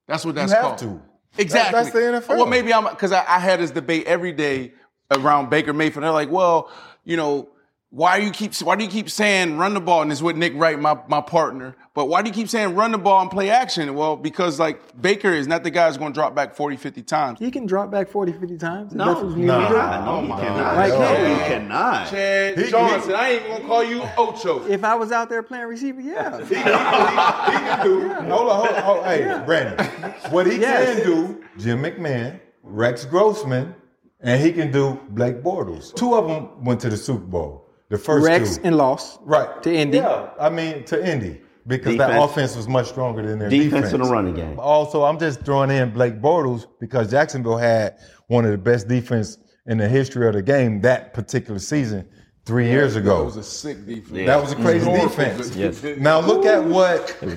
Speaker 4: That's what
Speaker 2: You
Speaker 4: that's
Speaker 2: have
Speaker 4: called.
Speaker 2: to.
Speaker 4: Exactly.
Speaker 2: That- that's the NFL.
Speaker 4: Well, maybe I'm because I, I had this debate every day around Baker Mayfield. They're like, well, you know, why you keep why do you keep saying run the ball? And it's with Nick Wright, my my partner. But why do you keep saying run the ball and play action? Well, because like Baker is not the guy who's going to drop back 40, 50 times.
Speaker 5: He can drop back 40, 50 times.
Speaker 6: No,
Speaker 5: That's-
Speaker 6: you cannot.
Speaker 2: Oh
Speaker 6: No, you cannot.
Speaker 5: Like,
Speaker 6: no,
Speaker 5: hey.
Speaker 6: you cannot.
Speaker 4: Chad Johnson, I ain't gonna call you Ocho.
Speaker 5: If I was out there playing receiver, yeah.
Speaker 2: he can do. Hold on, hold on, hold on. Hey, Brandon. What he
Speaker 5: Yes.
Speaker 2: can do, Jim McMahon, Rex Grossman, and he can do Blake Bortles. Two of them went to the Super Bowl. The first
Speaker 5: Rex
Speaker 2: two.
Speaker 5: and loss.
Speaker 2: right
Speaker 5: to Indy.
Speaker 2: Yeah, I mean to Indy because that
Speaker 6: Defense.
Speaker 2: offense was much stronger than their
Speaker 6: Defense
Speaker 2: defense
Speaker 6: and the running game.
Speaker 2: Also, I'm just throwing in Blake Bortles because Jacksonville had one of the best defense in the history of the game that particular season three years ago.
Speaker 4: sick defense.
Speaker 2: That was a crazy defense. Now look at what the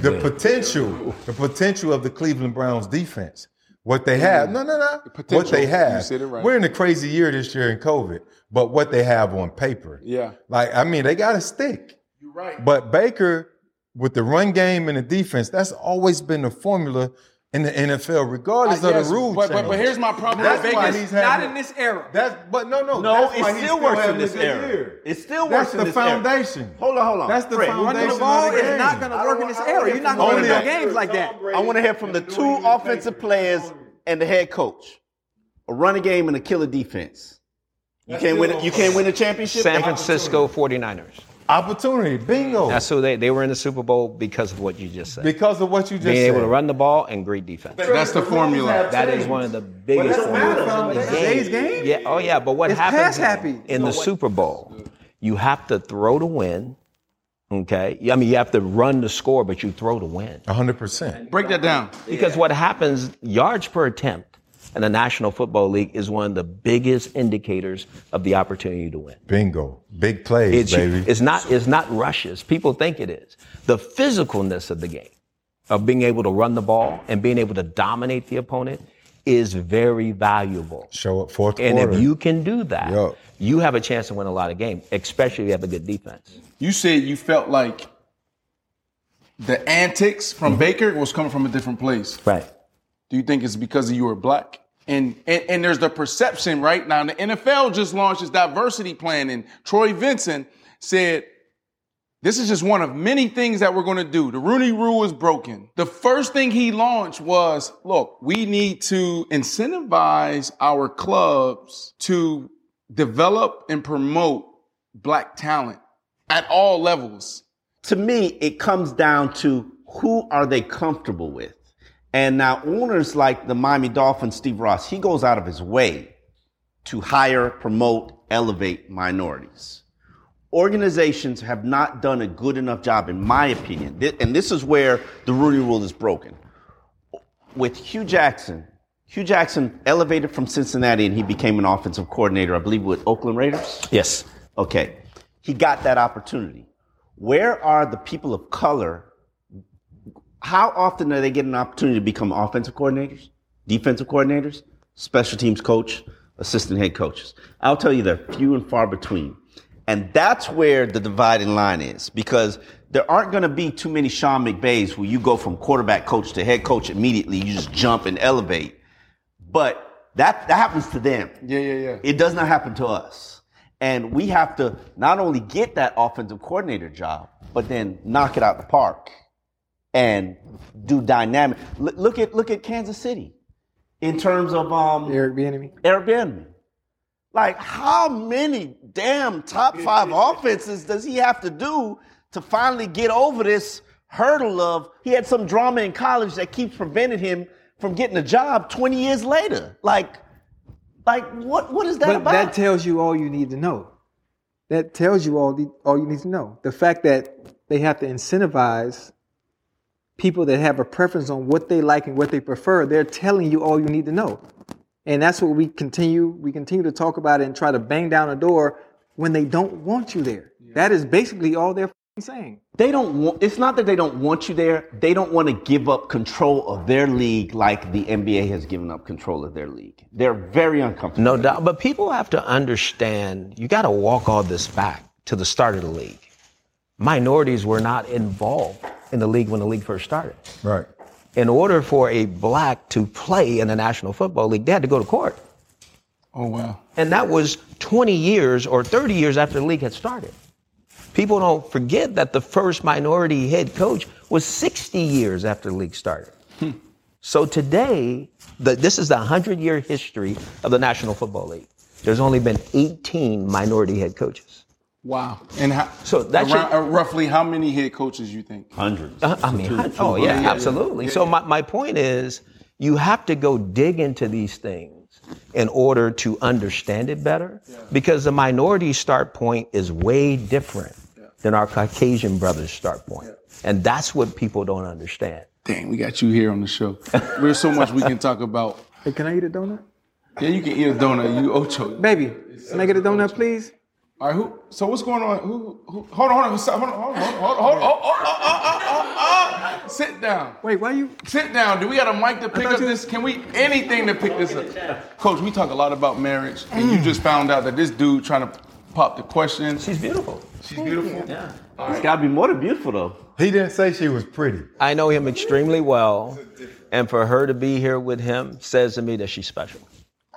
Speaker 2: potential, the potential of the Cleveland Browns defense. What they have. No, no, no. What
Speaker 4: potential.
Speaker 2: they have.
Speaker 4: You said it right.
Speaker 2: We're in a crazy year this year in COVID, but what they have on paper.
Speaker 4: Yeah.
Speaker 2: Like, I mean, they got a stick. You're right. But Baker, with the run game and the defense, that's always been the formula in the NFL, regardless
Speaker 4: I-
Speaker 2: of
Speaker 4: yes,
Speaker 2: the rule
Speaker 4: but, but, but
Speaker 2: change.
Speaker 4: here's my problem
Speaker 2: That's
Speaker 4: with
Speaker 2: why
Speaker 4: Vegas.
Speaker 2: he's
Speaker 5: Not
Speaker 2: having-
Speaker 5: in this era.
Speaker 2: That's but no, no.
Speaker 6: No,
Speaker 2: that's
Speaker 6: it's
Speaker 2: why he's
Speaker 6: still worse
Speaker 2: having
Speaker 6: in this
Speaker 2: a good
Speaker 6: era.
Speaker 2: year.
Speaker 6: It's still
Speaker 2: That's
Speaker 6: worse in
Speaker 2: the
Speaker 6: this era.
Speaker 2: foundation.
Speaker 6: Hold on, hold on.
Speaker 2: That's the
Speaker 6: Fred, running the
Speaker 2: foundation. of
Speaker 5: Running the ball
Speaker 2: game.
Speaker 5: is not going to
Speaker 6: I
Speaker 5: work
Speaker 6: don't
Speaker 5: in this
Speaker 6: want- I don't
Speaker 5: era. You're not going
Speaker 6: want
Speaker 5: to win
Speaker 6: to
Speaker 5: no
Speaker 6: hear from
Speaker 5: games like that.
Speaker 6: I want to hear from the two offensive players and the head coach. A running game and a killer defense. You can't win. You can't win a championship.
Speaker 1: San Francisco 49ers.
Speaker 2: Opportunity, bingo.
Speaker 1: That's who they they were in the Super Bowl because of what you just said.
Speaker 2: because of what you just
Speaker 1: Being
Speaker 2: said.
Speaker 1: able to run the ball and great defense.
Speaker 4: That's the formula.
Speaker 1: That is one of the biggest
Speaker 2: doesn't matter.
Speaker 1: formulas.
Speaker 5: Today's game?
Speaker 1: Yeah, oh yeah, but what
Speaker 5: It's
Speaker 1: happens
Speaker 5: pass happy.
Speaker 1: in the Super Bowl? You have to throw to win. Okay, I mean you have to run to score, but you throw to win.
Speaker 2: 100%.
Speaker 4: Break that down.
Speaker 1: Because what happens, yards per attempt in the National Football League is one of the biggest indicators of the opportunity to win.
Speaker 2: Bingo. Big plays,
Speaker 1: It's,
Speaker 2: baby.
Speaker 1: it's not it's not rushes. People think it is. The physicalness of the game, of being able to run the ball and being able to dominate the opponent, is very valuable.
Speaker 2: Show up fourth
Speaker 1: And
Speaker 2: quarter.
Speaker 1: if you can do that,
Speaker 2: Yup.
Speaker 1: you have a chance to win a lot of games, especially if you have a good defense.
Speaker 4: You said you felt like the antics from Baker was coming from a different place.
Speaker 1: Right.
Speaker 4: Do you think it's because you were black? And, and and there's the perception right now. The NFL just launched its diversity plan, and Troy Vincent said, "This is just one of many things that we're going to do." The Rooney Rule is broken. The first thing he launched was, "Look, we need to incentivize our clubs to develop and promote black talent at all levels."
Speaker 6: to me, it comes down to who are they comfortable with. And now owners like the Miami Dolphins, Steve Ross, he goes out of his way to hire, promote, elevate minorities. Organizations have not done a good enough job, in my opinion. Thi- And this is where the Rooney Rule is broken. With Hugh Jackson, Hugh Jackson elevated from Cincinnati and he became an offensive coordinator, I believe, with Oakland Raiders.
Speaker 1: Yes.
Speaker 6: Okay. He got that opportunity. Where are the people of color? How often are they getting an opportunity to become offensive coordinators, defensive coordinators, special teams coach, assistant head coaches? I'll tell you, they're few and far between. And that's where the dividing line is because there aren't going to be too many Sean McVays where you go from quarterback coach to head coach immediately. You just jump and elevate. But that, that happens to them.
Speaker 4: Yeah, yeah, yeah.
Speaker 6: It does not happen to us. And we have to not only get that offensive coordinator job, but then knock it out the park and do dynamic. Look, look at look at Kansas City in terms of um,
Speaker 5: Eric Bieniemy.
Speaker 6: Airbnb. Like, how many damn top five offenses does he have to do to finally get over this hurdle of he had some drama in college that keeps preventing him from getting a job 20 years later? Like, like what what is that
Speaker 5: But
Speaker 6: about?
Speaker 5: that tells you all you need to know. That tells you all the, all you need to know. The fact that they have to incentivize people that have a preference on what they like and what they prefer, they're telling you all you need to know. And that's what we continue we continue to talk about and try to bang down a door when they don't want you there. That is basically all they're f***ing saying.
Speaker 6: they don't want it's not that they don't want you there they don't want to give up control of their league like the nba has given up control of their league they're very uncomfortable
Speaker 1: No doubt. But people have to understand you got to walk all this back to the start of the league. Minorities were not involved in the league when the league first started.
Speaker 2: right.
Speaker 1: In order for a black to play in the National Football League, they had to go to court.
Speaker 4: Oh wow.
Speaker 1: And that was 20 years or 30 years after the league had started. People don't forget that the first minority head coach was 60 years after the league started. so today, the, this is the 100 year history of the National Football League. There's only been 18 minority head coaches.
Speaker 4: Wow. And how,
Speaker 1: So that
Speaker 4: around,
Speaker 1: should-
Speaker 4: uh, roughly how many head coaches you think?
Speaker 6: hundreds
Speaker 1: Uh, I mean, I- oh yeah,
Speaker 4: yeah,
Speaker 1: absolutely. So my, my point is, you have to go dig into these things in order to understand it better, because the minority start point is way different than our Caucasian brothers' start point, and that's what people don't understand.
Speaker 4: Dang, we got you here on the show. There's so much we can talk about.
Speaker 5: Hey, can I eat a donut?
Speaker 4: Yeah, you can eat a donut. You Ocho.
Speaker 5: Baby, can I get a donut, please?
Speaker 4: All right, who? So what's going on? Who? who hold on, hold on, stop, hold on, hold on, hold on, hold on. Oh, oh, oh, oh, oh, oh, oh. Sit down.
Speaker 5: Wait, why you
Speaker 4: Sit down. Do we got a mic to pick up this? Can we anything to pick this up? Coach, we talk a lot about marriage, and you just found out that this dude trying to pop the question.
Speaker 1: She's beautiful.
Speaker 4: She's beautiful.
Speaker 6: it's got to be more than beautiful though
Speaker 2: He didn't say she was pretty.
Speaker 1: I know him extremely well, and for her to be here with him says to me that she's special.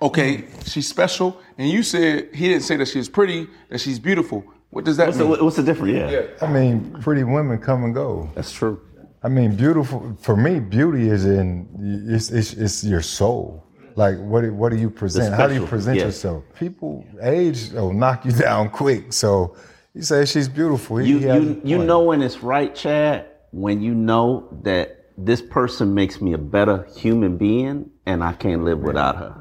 Speaker 4: Okay, she's special, and you said he didn't say that she's pretty, that she's beautiful. What does that
Speaker 6: what's the,
Speaker 4: mean?
Speaker 6: what's the difference yeah.
Speaker 2: I mean, pretty women come and go.
Speaker 6: that's true
Speaker 2: I mean, beautiful for me. Beauty is in it's it's, it's your soul. Like what do- what do you present? How do you
Speaker 6: special,
Speaker 2: present
Speaker 6: yeah.
Speaker 2: yourself? People age will knock you down quick. So He said she's beautiful. He,
Speaker 6: You
Speaker 2: he has a
Speaker 6: you you
Speaker 2: point.
Speaker 6: know when it's right, Chad, when you know that this person makes me a better human being and I can't live without her.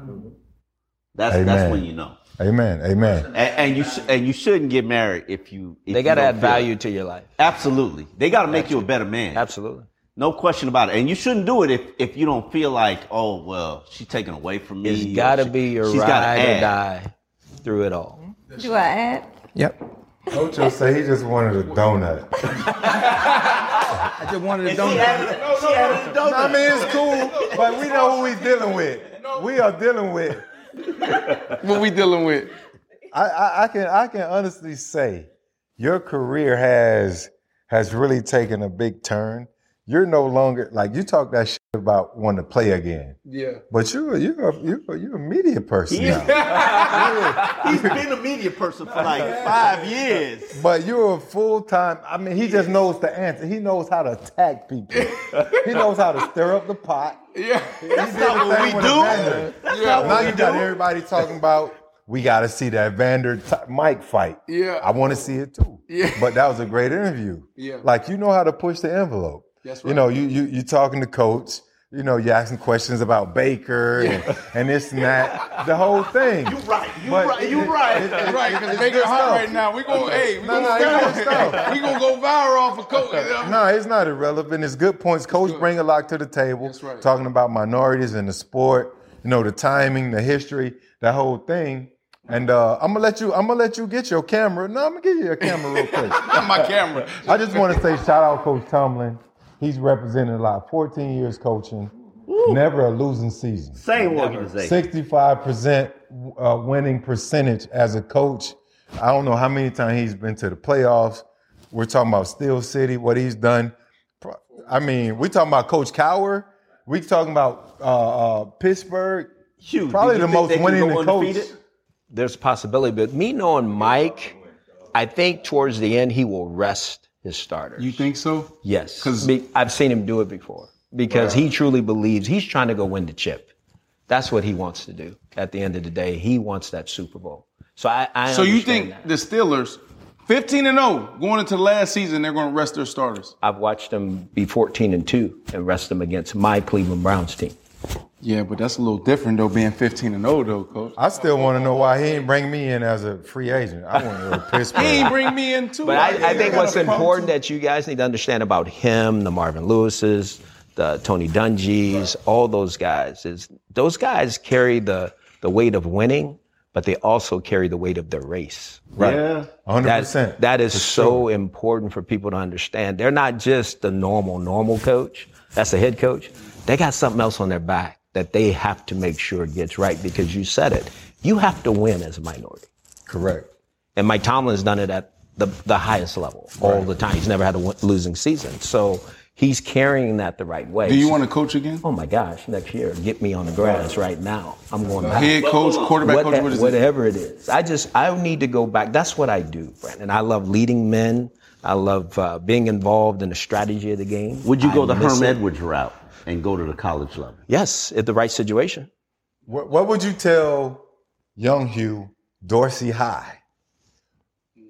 Speaker 6: That's that's
Speaker 2: Amen.
Speaker 6: when you know.
Speaker 2: Amen. Amen.
Speaker 6: And, and you sh- and you shouldn't get married if you if
Speaker 1: They
Speaker 6: you
Speaker 1: got to
Speaker 6: don't
Speaker 1: add
Speaker 6: feel-
Speaker 1: value to your life.
Speaker 6: Absolutely. They got to make you a better man.
Speaker 1: Absolutely.
Speaker 6: No question about it. And you shouldn't do it if, if you don't feel like, oh well, she's taken away from me.
Speaker 1: It's
Speaker 6: or
Speaker 1: got to
Speaker 6: she-
Speaker 1: be your
Speaker 6: she's gotta
Speaker 1: ride or
Speaker 6: add.
Speaker 1: die through it all.
Speaker 7: Do I add?
Speaker 1: Yep.
Speaker 2: Ocho said he just wanted a donut.
Speaker 5: I just wanted to
Speaker 6: She added- she added the
Speaker 2: I
Speaker 6: donut.
Speaker 2: mean, it's cool, but we know who we dealing with. We are dealing with.
Speaker 4: What we dealing with?
Speaker 2: I, I, I can I can honestly say, your career has has really taken a big turn. You're no longer like you talk that shit about wanting to play again,
Speaker 4: Yeah.
Speaker 2: but you are you are you are, you're a media person now.
Speaker 6: He's been a media person for like five years.
Speaker 2: But you're a full time. I mean, he just knows the answer. He knows how to attack people. he knows how to stir up the pot.
Speaker 4: Yeah.
Speaker 2: That's
Speaker 6: not what we do.
Speaker 2: That's
Speaker 4: not
Speaker 2: now you got everybody talking about. We got to see that Vander t- Mike fight.
Speaker 4: Yeah.
Speaker 2: I want to see it too.
Speaker 4: Yeah.
Speaker 2: But that was a great interview.
Speaker 4: Yeah.
Speaker 2: Like you know how to push the envelope.
Speaker 4: That's
Speaker 2: You
Speaker 4: right.
Speaker 2: know, you you you talking to coach. You know, you asking questions about Baker and, and this and that. The whole thing. You
Speaker 6: Right. You
Speaker 2: But
Speaker 6: right. You
Speaker 2: it-
Speaker 6: right.
Speaker 2: it-
Speaker 4: That's right, because
Speaker 2: It's
Speaker 4: make
Speaker 2: good
Speaker 4: it hot
Speaker 2: stuff.
Speaker 4: right now. We gonna hey, we
Speaker 2: No, no,
Speaker 4: gonna
Speaker 2: it's good stuff.
Speaker 4: we gonna go viral off of coke.
Speaker 2: No, it's not irrelevant. It's good points. Coach bring a lot to the table.
Speaker 4: That's right.
Speaker 2: Talking about minorities in the sport, you know, the timing, the history, that whole thing. And uh, I'm gonna let you. I'm gonna let you get your camera. No, I'm gonna give you your camera real quick.
Speaker 4: My camera.
Speaker 2: I just want to say shout out Coach Tomlin. He's represented a lot. 14 years coaching, never a losing season.
Speaker 6: Same organization.
Speaker 2: 65% uh, winning percentage as a coach. I don't know how many times he's been to the playoffs. We're talking about Steel City, what he's done. Pro- I mean, we're talking about Coach Cower. We're talking about uh, uh, Pittsburgh.
Speaker 6: Huge.
Speaker 2: Probably
Speaker 6: Do
Speaker 2: the
Speaker 6: you think
Speaker 2: most
Speaker 6: they can
Speaker 2: winning
Speaker 6: go
Speaker 2: coach.
Speaker 6: undefeated?
Speaker 1: There's a possibility, but me knowing Mike, I think towards the end he will rest his starters.
Speaker 4: think so?
Speaker 1: yes,
Speaker 4: 'Cause-
Speaker 1: Be- I've seen him do it before because he truly believes he's trying to go win the chip. That's what he wants to do. At the end of the day, he wants that Super Bowl. So I, I
Speaker 4: So you
Speaker 1: understand
Speaker 4: think
Speaker 1: that.
Speaker 4: the Steelers, 15 and 0, going into last season, they're gonna rest their starters.
Speaker 1: I've watched him be 14 and two and rest him against my Cleveland Browns team.
Speaker 4: Yeah, but that's a little different though, being 15 and 0 though, coach.
Speaker 2: I still want to know why he didn't bring me in as a free agent. I want to go to Pittsburgh.
Speaker 4: He ain't bring me in too.
Speaker 1: But I, I think
Speaker 4: got
Speaker 1: what's
Speaker 4: a problem.
Speaker 1: important that you guys need to understand about him, the Marvin Lewis's, the Tony Dungy's, all those guys is those guys carry the the weight of winning, but they also carry the weight of their race.
Speaker 2: right.
Speaker 6: Yeah.
Speaker 2: 100%.
Speaker 1: That, that is so important for people to understand. They're not just the normal, normal coach. That's the head coach. They got something else on their back that they have to make sure it gets right because you said it. You have to win as a minority.
Speaker 2: Correct.
Speaker 1: And Mike Tomlin's done it at the, the highest level all the time. He's never had a win- losing season. So he's carrying that the right way.
Speaker 4: Do you want to coach again?
Speaker 1: Oh my gosh, next year, get me on the grass right now. I'm going back.
Speaker 4: Head coach, quarterback
Speaker 1: What- e,
Speaker 4: coach, what is it?
Speaker 1: whatever it is. I just, I need to go back. That's what I do, Brandon. I love leading men. I love uh, being involved in the strategy of the game.
Speaker 6: Would you
Speaker 1: I
Speaker 6: go the
Speaker 1: miss
Speaker 6: Herm
Speaker 1: it.
Speaker 6: Edwards route and go to the college level?
Speaker 1: Yes, at the right situation.
Speaker 2: What, what would you tell young Hugh Dorsey High?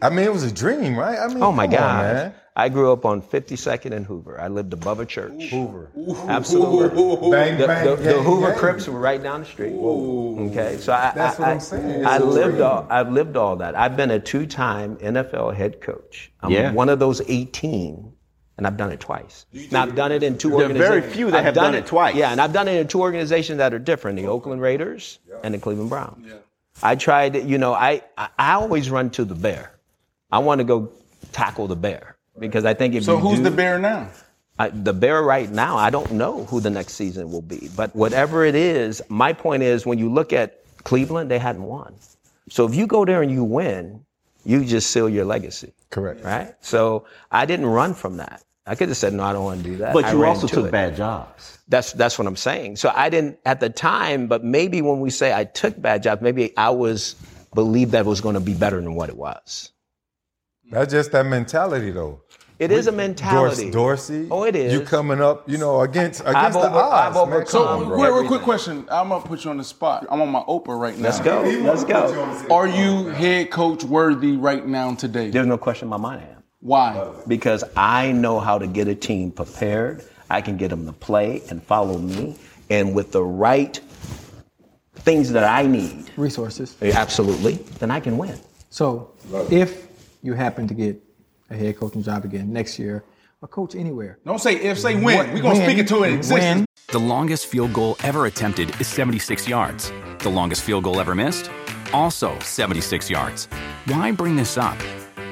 Speaker 2: I mean, it was a dream, right? I mean,
Speaker 1: Oh my
Speaker 2: come on,
Speaker 1: God.
Speaker 2: man.
Speaker 1: I grew up on 52nd and Hoover. I lived above a church.
Speaker 2: Hoover.
Speaker 1: Absolutely.
Speaker 2: Bang,
Speaker 1: the,
Speaker 2: bang,
Speaker 1: the, the
Speaker 2: gang,
Speaker 1: Hoover
Speaker 2: gang.
Speaker 1: Crips were right down the street. Okay, so I,
Speaker 2: That's
Speaker 1: I,
Speaker 2: what
Speaker 1: I-
Speaker 2: I'm saying.
Speaker 1: I
Speaker 2: It's a
Speaker 1: lived
Speaker 2: dream.
Speaker 1: all I've lived all that. I've been a two-time NFL head coach. I'm
Speaker 6: Yeah.
Speaker 1: one of those 18, and I've done it twice. Now I've done it in two
Speaker 6: There are very
Speaker 1: organizations.
Speaker 6: few that
Speaker 1: I've
Speaker 6: have done it twice.
Speaker 1: Yeah, and I've done it in two organizations that are different: the Oakland Raiders and the Cleveland Browns. I tried. You know, I I I always run to the bear. I want to go tackle the bear because I think if
Speaker 4: So
Speaker 1: you
Speaker 4: who's
Speaker 1: do-
Speaker 4: the bear now?
Speaker 1: I, the bear right now, I don't know who the next season will be. But whatever it is, my point is when you look at Cleveland, they hadn't won. So if you go there and you win, you just seal your legacy,
Speaker 2: Correct.
Speaker 1: right? So I didn't run from that. I could have said, no, I don't want to do that.
Speaker 6: But
Speaker 1: I
Speaker 6: you
Speaker 1: ran
Speaker 6: also
Speaker 1: to
Speaker 6: took
Speaker 1: it.
Speaker 6: bad jobs.
Speaker 1: That's, that's what I'm saying. So I didn't at the time, but maybe when we say I took bad jobs, maybe I was believed that it was going to be better than what it was.
Speaker 2: That's just that mentality, though.
Speaker 1: It is a mentality.
Speaker 2: Dorsey, Dorsey.
Speaker 1: Oh, it is.
Speaker 2: You coming up, you know, against against
Speaker 1: I've
Speaker 2: the
Speaker 1: over- I've
Speaker 2: odds. man.
Speaker 1: overcome,
Speaker 2: Come
Speaker 4: So,
Speaker 2: on, bro.
Speaker 4: real, real quick question. I'm gonna put you on the spot. I'm on my Oprah right now.
Speaker 1: Let's go. Let's go.
Speaker 4: Are you head coach worthy right now today?
Speaker 1: There's no question in my mind I am.
Speaker 4: Why?
Speaker 1: because I know how to get a team prepared. I can get them to play and follow me, and with the right things that I need,
Speaker 5: Resources.
Speaker 1: absolutely, then I can win.
Speaker 5: So if you happen to get a head coaching job again next year, or coach anywhere,
Speaker 4: Don't say if, say when. We're gonna speak it to an existence.
Speaker 5: When,
Speaker 7: The longest field goal ever attempted is 76 yards. The longest field goal ever missed? Also 76 yards. Why bring this up?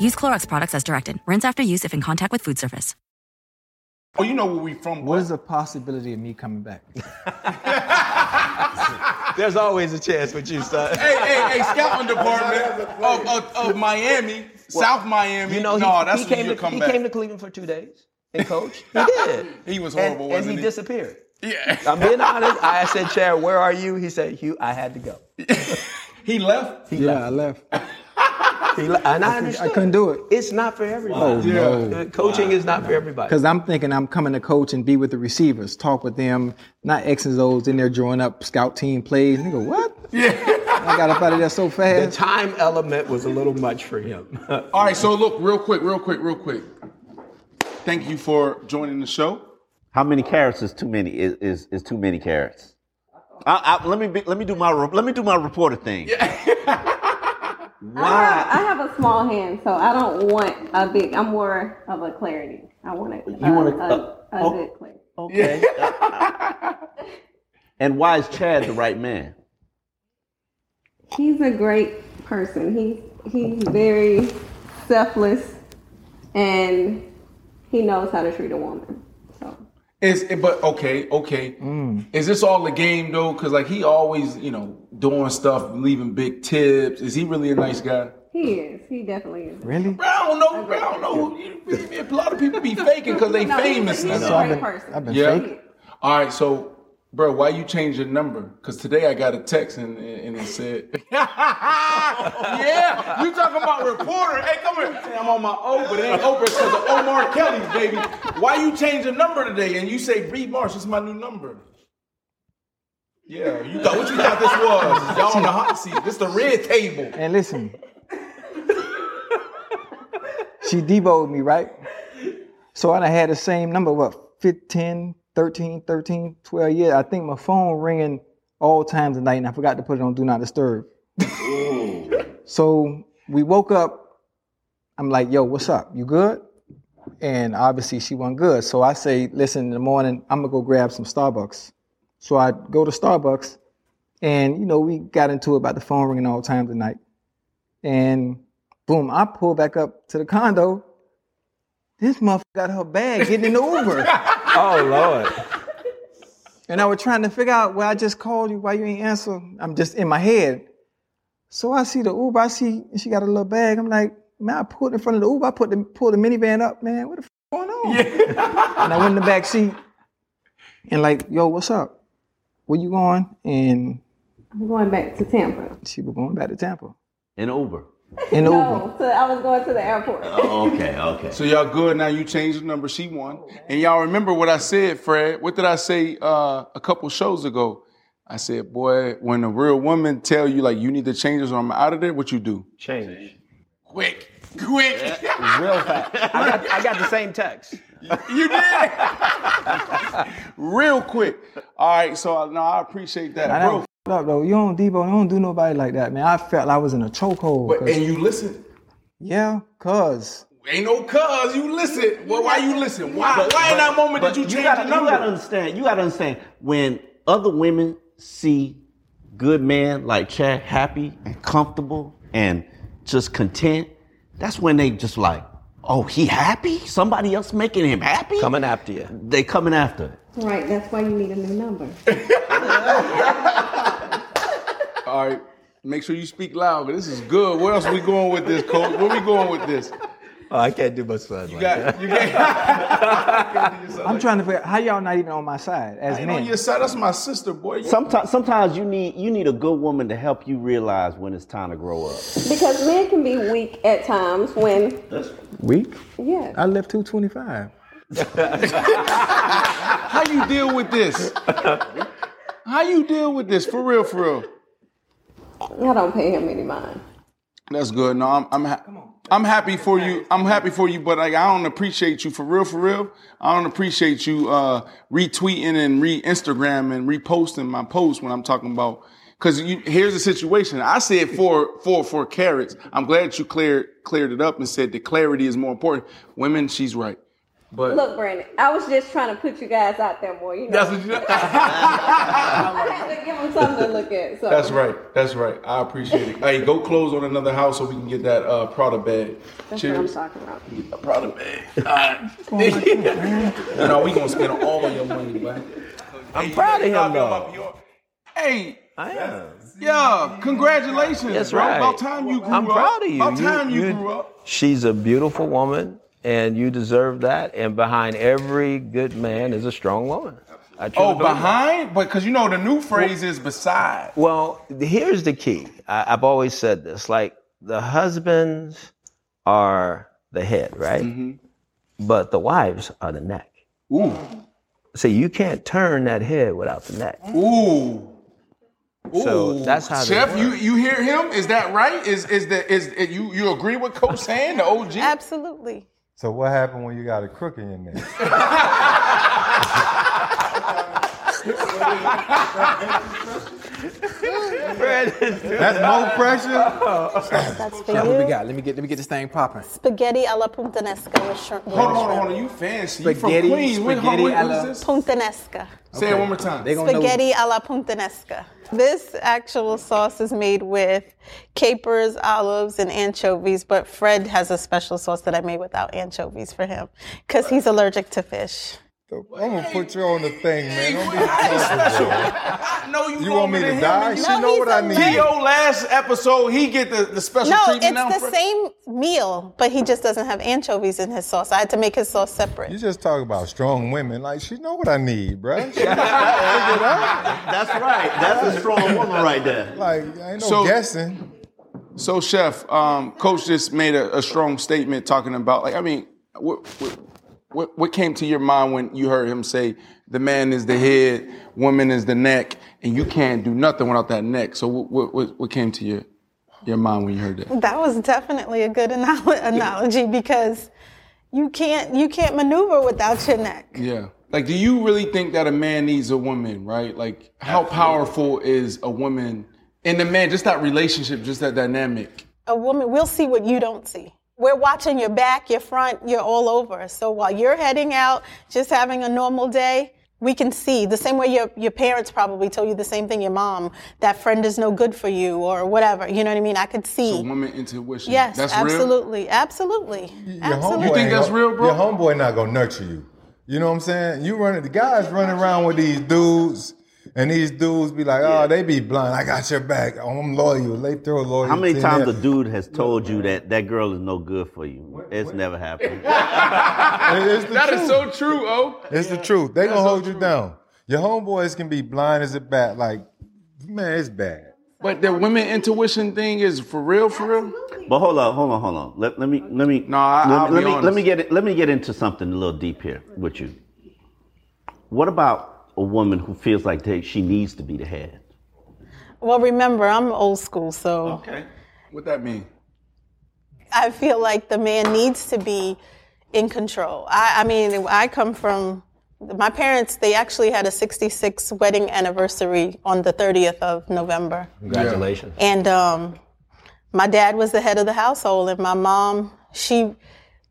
Speaker 8: Use Clorox products as directed. Rinse after use if in contact with food surface.
Speaker 4: Well, Oh, you know where we from.
Speaker 5: what is the possibility of me coming back?
Speaker 1: There's always a chance with you, son.
Speaker 4: hey, hey, hey, scouting department of, of, of Miami, South Miami.
Speaker 1: You know, he,
Speaker 4: no, that's
Speaker 1: he,
Speaker 4: when
Speaker 1: came
Speaker 4: you
Speaker 1: to,
Speaker 4: come
Speaker 1: he
Speaker 4: back.
Speaker 1: came to Cleveland for two days and coached. He did.
Speaker 4: He was
Speaker 1: And-
Speaker 4: horrible,
Speaker 1: and,
Speaker 4: wasn't
Speaker 1: he,
Speaker 4: he?
Speaker 1: disappeared.
Speaker 4: Yeah.
Speaker 1: I'm being honest. I said, Chad, where are you? He said, Hugh, I had to go.
Speaker 4: he left.
Speaker 5: yeah, I left.
Speaker 1: He, and I understand.
Speaker 5: I couldn't do it.
Speaker 1: It's not for everybody.
Speaker 5: Oh,
Speaker 1: Uh, Coaching is not for everybody.
Speaker 5: Because I'm thinking I'm coming to coach and be with the receivers, talk with them, not X's and O's in there drawing up scout team plays. Nigga, what? Yeah. I got up out of there so
Speaker 1: The
Speaker 5: fast.
Speaker 1: time element was a little much for him.
Speaker 4: All right, so look, real quick, real quick, real quick. Thank you for joining the show.
Speaker 6: How many carrots is too many? Is is, is too many carrots? I, I, let me be, let me do my re- let me do my reporter thing.
Speaker 8: Wow.
Speaker 9: I have a small hand, so I don't want a big. I'm more of a clarity. I want a,
Speaker 6: You want a-
Speaker 9: a,
Speaker 6: oh.
Speaker 9: good clarity.
Speaker 6: Okay. and why is Chad the right man?
Speaker 9: He's a great person. He's he's very selfless, and he knows how to treat a woman. So
Speaker 4: Is it, but okay, okay. Is this all a game though? Because like he always, you know, doing stuff, leaving big tips. Is he really a nice guy?
Speaker 9: he is. He definitely is.
Speaker 5: Really?
Speaker 4: Bro, I don't know. bro, I don't know. A lot of people be faking because they
Speaker 9: No, he's a-
Speaker 4: famous.
Speaker 9: he's
Speaker 4: That's
Speaker 9: a
Speaker 4: all.
Speaker 9: great person.
Speaker 5: I've been
Speaker 4: Yeah.
Speaker 5: faking.
Speaker 4: All right, so bro, why you change your number? Because today I got a text and, and it said, "Yeah, you talking about reporter? Hey, come here. Hey, I'm on my O, but it ain't Oprah because of Omar Kelly's baby. Why you change your number today? And you say, "Reed Marsh is my new number." Yeah, you thought what you thought this was? Y'all on the hot seat. This the red table.
Speaker 5: And listen, she deboed me, right? So I done had the same number, what, 15, 13, 13, 12 years. I think my phone ringing all times of night, and I forgot to put it on Do Not Disturb. so we woke up. I'm like, yo, what's up? You good? And obviously she wasn't good. So I say, listen, in the morning, I'm going to go grab some Starbucks. So I go to Starbucks, and, you know, we got into it about the phone ringing all times of night. And boom, I pull back up to the condo. This motherfucker got her bag getting in the Uber.
Speaker 1: oh Lord.
Speaker 5: And I was trying to figure out, well, I just called you, why you ain't answer? I'm just in my head. So I see the Uber, I see she got a little bag. I'm like, man, I pulled in front of the Uber, I put the pulled the minivan up, man. What the f- going on? and I went in the back seat and like, yo, what's up? Where you going? And
Speaker 10: I'm going back to Tampa.
Speaker 5: she was going back to Tampa.
Speaker 6: In Uber.
Speaker 5: In Uber.
Speaker 10: No, to, I was going to the airport.
Speaker 6: okay, okay.
Speaker 4: So y'all good now? You changed the number. She won, and y'all remember what I said, Fred? What did I say uh, a couple shows ago? I said, boy, when a real woman tell you like you need to change this or I'm out of there, what you do?
Speaker 1: Change.
Speaker 4: Quick. Quick.
Speaker 1: Real fast. I got, I got the same text.
Speaker 4: You did. Real quick. All right. So I- no, I appreciate that.
Speaker 5: I
Speaker 4: Real
Speaker 5: don't f- up though. You don't Debo, you don't do nobody like that, man. I felt I was in a chokehold.
Speaker 4: But
Speaker 5: 'cause-
Speaker 4: and you listen.
Speaker 5: Yeah, cause
Speaker 4: Ain't no cuz. You listen. Well, why you listen? Why? why in that moment
Speaker 6: but
Speaker 4: did you change
Speaker 6: gotta,
Speaker 4: the number?
Speaker 6: You gotta understand. You gotta understand when other women see good men like Chad happy and comfortable and just content. That's when they just like, oh, he happy. Somebody else making him happy. Coming
Speaker 1: after you.
Speaker 6: They coming after. it.
Speaker 10: Right, that's why you need a new number.
Speaker 4: All right. Make sure you speak loud. But this is good. Where else we going with this, coach? Where we going with this?
Speaker 1: Oh, I can't do much fun.
Speaker 4: You got. You got.
Speaker 5: I'm trying to figure out how y'all not even on my side as
Speaker 4: ain't on
Speaker 5: men.
Speaker 4: your side. That's my sister, boy.
Speaker 6: Sometimes, sometimes you need you need a good woman to help you realize when it's time to grow up.
Speaker 10: Because men can be weak at times when,
Speaker 6: Weak.
Speaker 10: yeah.
Speaker 5: I left 225.
Speaker 4: How you deal with this? How you deal with this? For real, for real.
Speaker 10: I don't pay him any mind.
Speaker 4: That's good. No, I'm I'm, ha- I'm happy for you. I'm happy for you, but like I don't appreciate you for real, for real. I don't appreciate you uh, retweeting and re Instagram and reposting my post when I'm talking about. Because you, here's the situation. I said four, four, four carrots. I'm glad you cleared cleared it up and said the clarity is more important. Women, she's right. But
Speaker 10: Look, Brandon, I was just trying to put you guys out there more. You know,
Speaker 4: that's what you.
Speaker 10: I had to give them something to look at. So
Speaker 4: That's right. That's right. I appreciate it. Hey, go close on another house so we can get that uh, Prada bag.
Speaker 10: That's what I'm
Speaker 4: Cheers.
Speaker 10: talking about.
Speaker 4: A Prada bag. All right. you know, we gonna spend all of your money, man. I'm
Speaker 1: proud of him, though.
Speaker 4: Hey,
Speaker 1: I am.
Speaker 4: yeah, congratulations.
Speaker 1: That's
Speaker 4: bro.
Speaker 1: right.
Speaker 4: About time you grew
Speaker 1: I'm
Speaker 4: up.
Speaker 1: proud of you.
Speaker 4: About time you,
Speaker 1: you-
Speaker 4: grew up.
Speaker 1: She's a beautiful woman, and you deserve that. And behind every good man is a strong woman. I truly
Speaker 4: Oh,
Speaker 1: believe that.
Speaker 4: behind? But because you know the new phrase is beside.
Speaker 1: Well, here's the key. I, I've always said this: like the husbands are the head, right? But the wives are the neck.
Speaker 4: Mm-hmm. Ooh.
Speaker 1: See, you can't turn that head without the neck.
Speaker 4: Ooh.
Speaker 1: So
Speaker 4: Ooh.
Speaker 1: that's how. they
Speaker 4: Chef,
Speaker 1: work.
Speaker 4: you, you hear him? Is that right? Is is that is you you agree with Coach saying the OG?
Speaker 11: Absolutely.
Speaker 2: So what happened when you got a crooked in there?
Speaker 5: That's more pressure.
Speaker 11: That's for
Speaker 5: Now, what we
Speaker 11: you.
Speaker 5: got? Let me get let me get this thing popping.
Speaker 11: Spaghetti alla puntanesca with shrimp.
Speaker 4: Hold on, hold on, hold on. You fancy. You from
Speaker 5: Spaghetti-
Speaker 4: Queens. What,
Speaker 5: spaghetti
Speaker 4: what, what
Speaker 5: alla-
Speaker 4: is this?
Speaker 11: Puntanesca.
Speaker 4: Say it one more time.
Speaker 5: They gonna
Speaker 11: Spaghetti alla puntanesca. This actual sauce is made with capers, olives, and anchovies, but Fred has a special sauce that I made without anchovies for him because he's allergic to fish.
Speaker 2: I'm gonna put you on the thing, man. Don't be
Speaker 4: No, you,
Speaker 2: You want me to die? She know what I need.
Speaker 4: Yo, last episode, he get the, the special
Speaker 11: No, it's
Speaker 4: treatment now.
Speaker 11: the
Speaker 4: Fred?
Speaker 11: same meal, but he just doesn't have anchovies in his sauce. I had to make his sauce separate.
Speaker 2: You just talk about strong women. Like she know what I need, bruh. She-
Speaker 6: That's right. That's a strong woman right there.
Speaker 2: Like I ain't no
Speaker 4: So-
Speaker 2: guessing.
Speaker 4: So, Chef, um, Coach just made a, a strong statement talking about, like, I mean, what, what, what, what came to your mind when you heard him say, the man is the head, woman is the neck, and you can't do nothing without that neck? So, what, what- what, what came to your, your mind when you heard that?
Speaker 11: That was definitely a good anal- analogy because you can't you can't maneuver without your neck.
Speaker 4: Yeah. Like, do you really think that a man needs a woman, right? Like, how powerful is a woman and the man, just that relationship, just that dynamic?
Speaker 11: A woman will see what you don't see. We're watching your back, your front, you're all over. So while you're heading out, just having a normal day, we can see the same way your, your parents probably told you the same thing your mom that friend is no good for you or whatever you know what i mean i could see
Speaker 4: So woman intuition.
Speaker 11: yes
Speaker 4: that's real.
Speaker 11: absolutely absolutely absolutely
Speaker 4: You think
Speaker 2: ain't
Speaker 4: that's
Speaker 2: gon-
Speaker 4: real, bro?
Speaker 2: Your homeboy not gonna nurture you. You know what I'm saying? You running the guys running around with these dudes, and these dudes be like, oh, they be blind. I got your back. Oh, I'm loyal. They throw loyalty.
Speaker 6: How many
Speaker 2: in
Speaker 6: times
Speaker 2: there.
Speaker 6: a dude has told you that that girl is no good for you? It's never happened.
Speaker 2: It's the
Speaker 4: That
Speaker 2: truth.
Speaker 4: is so true, oh.
Speaker 2: It's the truth. They gonna hold you down. Your homeboys can be blind as a bat. Like, man, it's bad.
Speaker 4: But the women intuition thing is for real, for real.
Speaker 6: But hold on, hold on, hold on. Let, let me let me no,
Speaker 4: I-
Speaker 6: let,
Speaker 4: I'll
Speaker 6: let
Speaker 4: be
Speaker 6: me
Speaker 4: honest.
Speaker 6: let me get let me get into something a little deep here with you. What about a woman who feels like they, she needs to be the head?
Speaker 11: well remember i'm old school so
Speaker 4: Okay. What that mean?
Speaker 11: I feel like the man needs to be in control. I, I mean, I come from my parents. They actually had a 66 wedding anniversary on the 30th of November,
Speaker 1: Congratulations.
Speaker 11: and um, my dad was the head of the household, and my mom she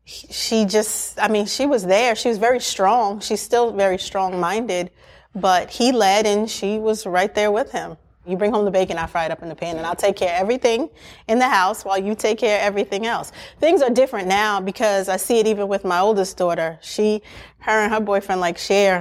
Speaker 11: she just I mean she was there. She was very strong. She's still very strong minded, but he led, and she was right there with him. You bring home the bacon, I fry it up in the pan, and I'll take care of everything in the house while you take care of everything else. Things are different now because I see it even with my oldest daughter. She, her and her boyfriend like share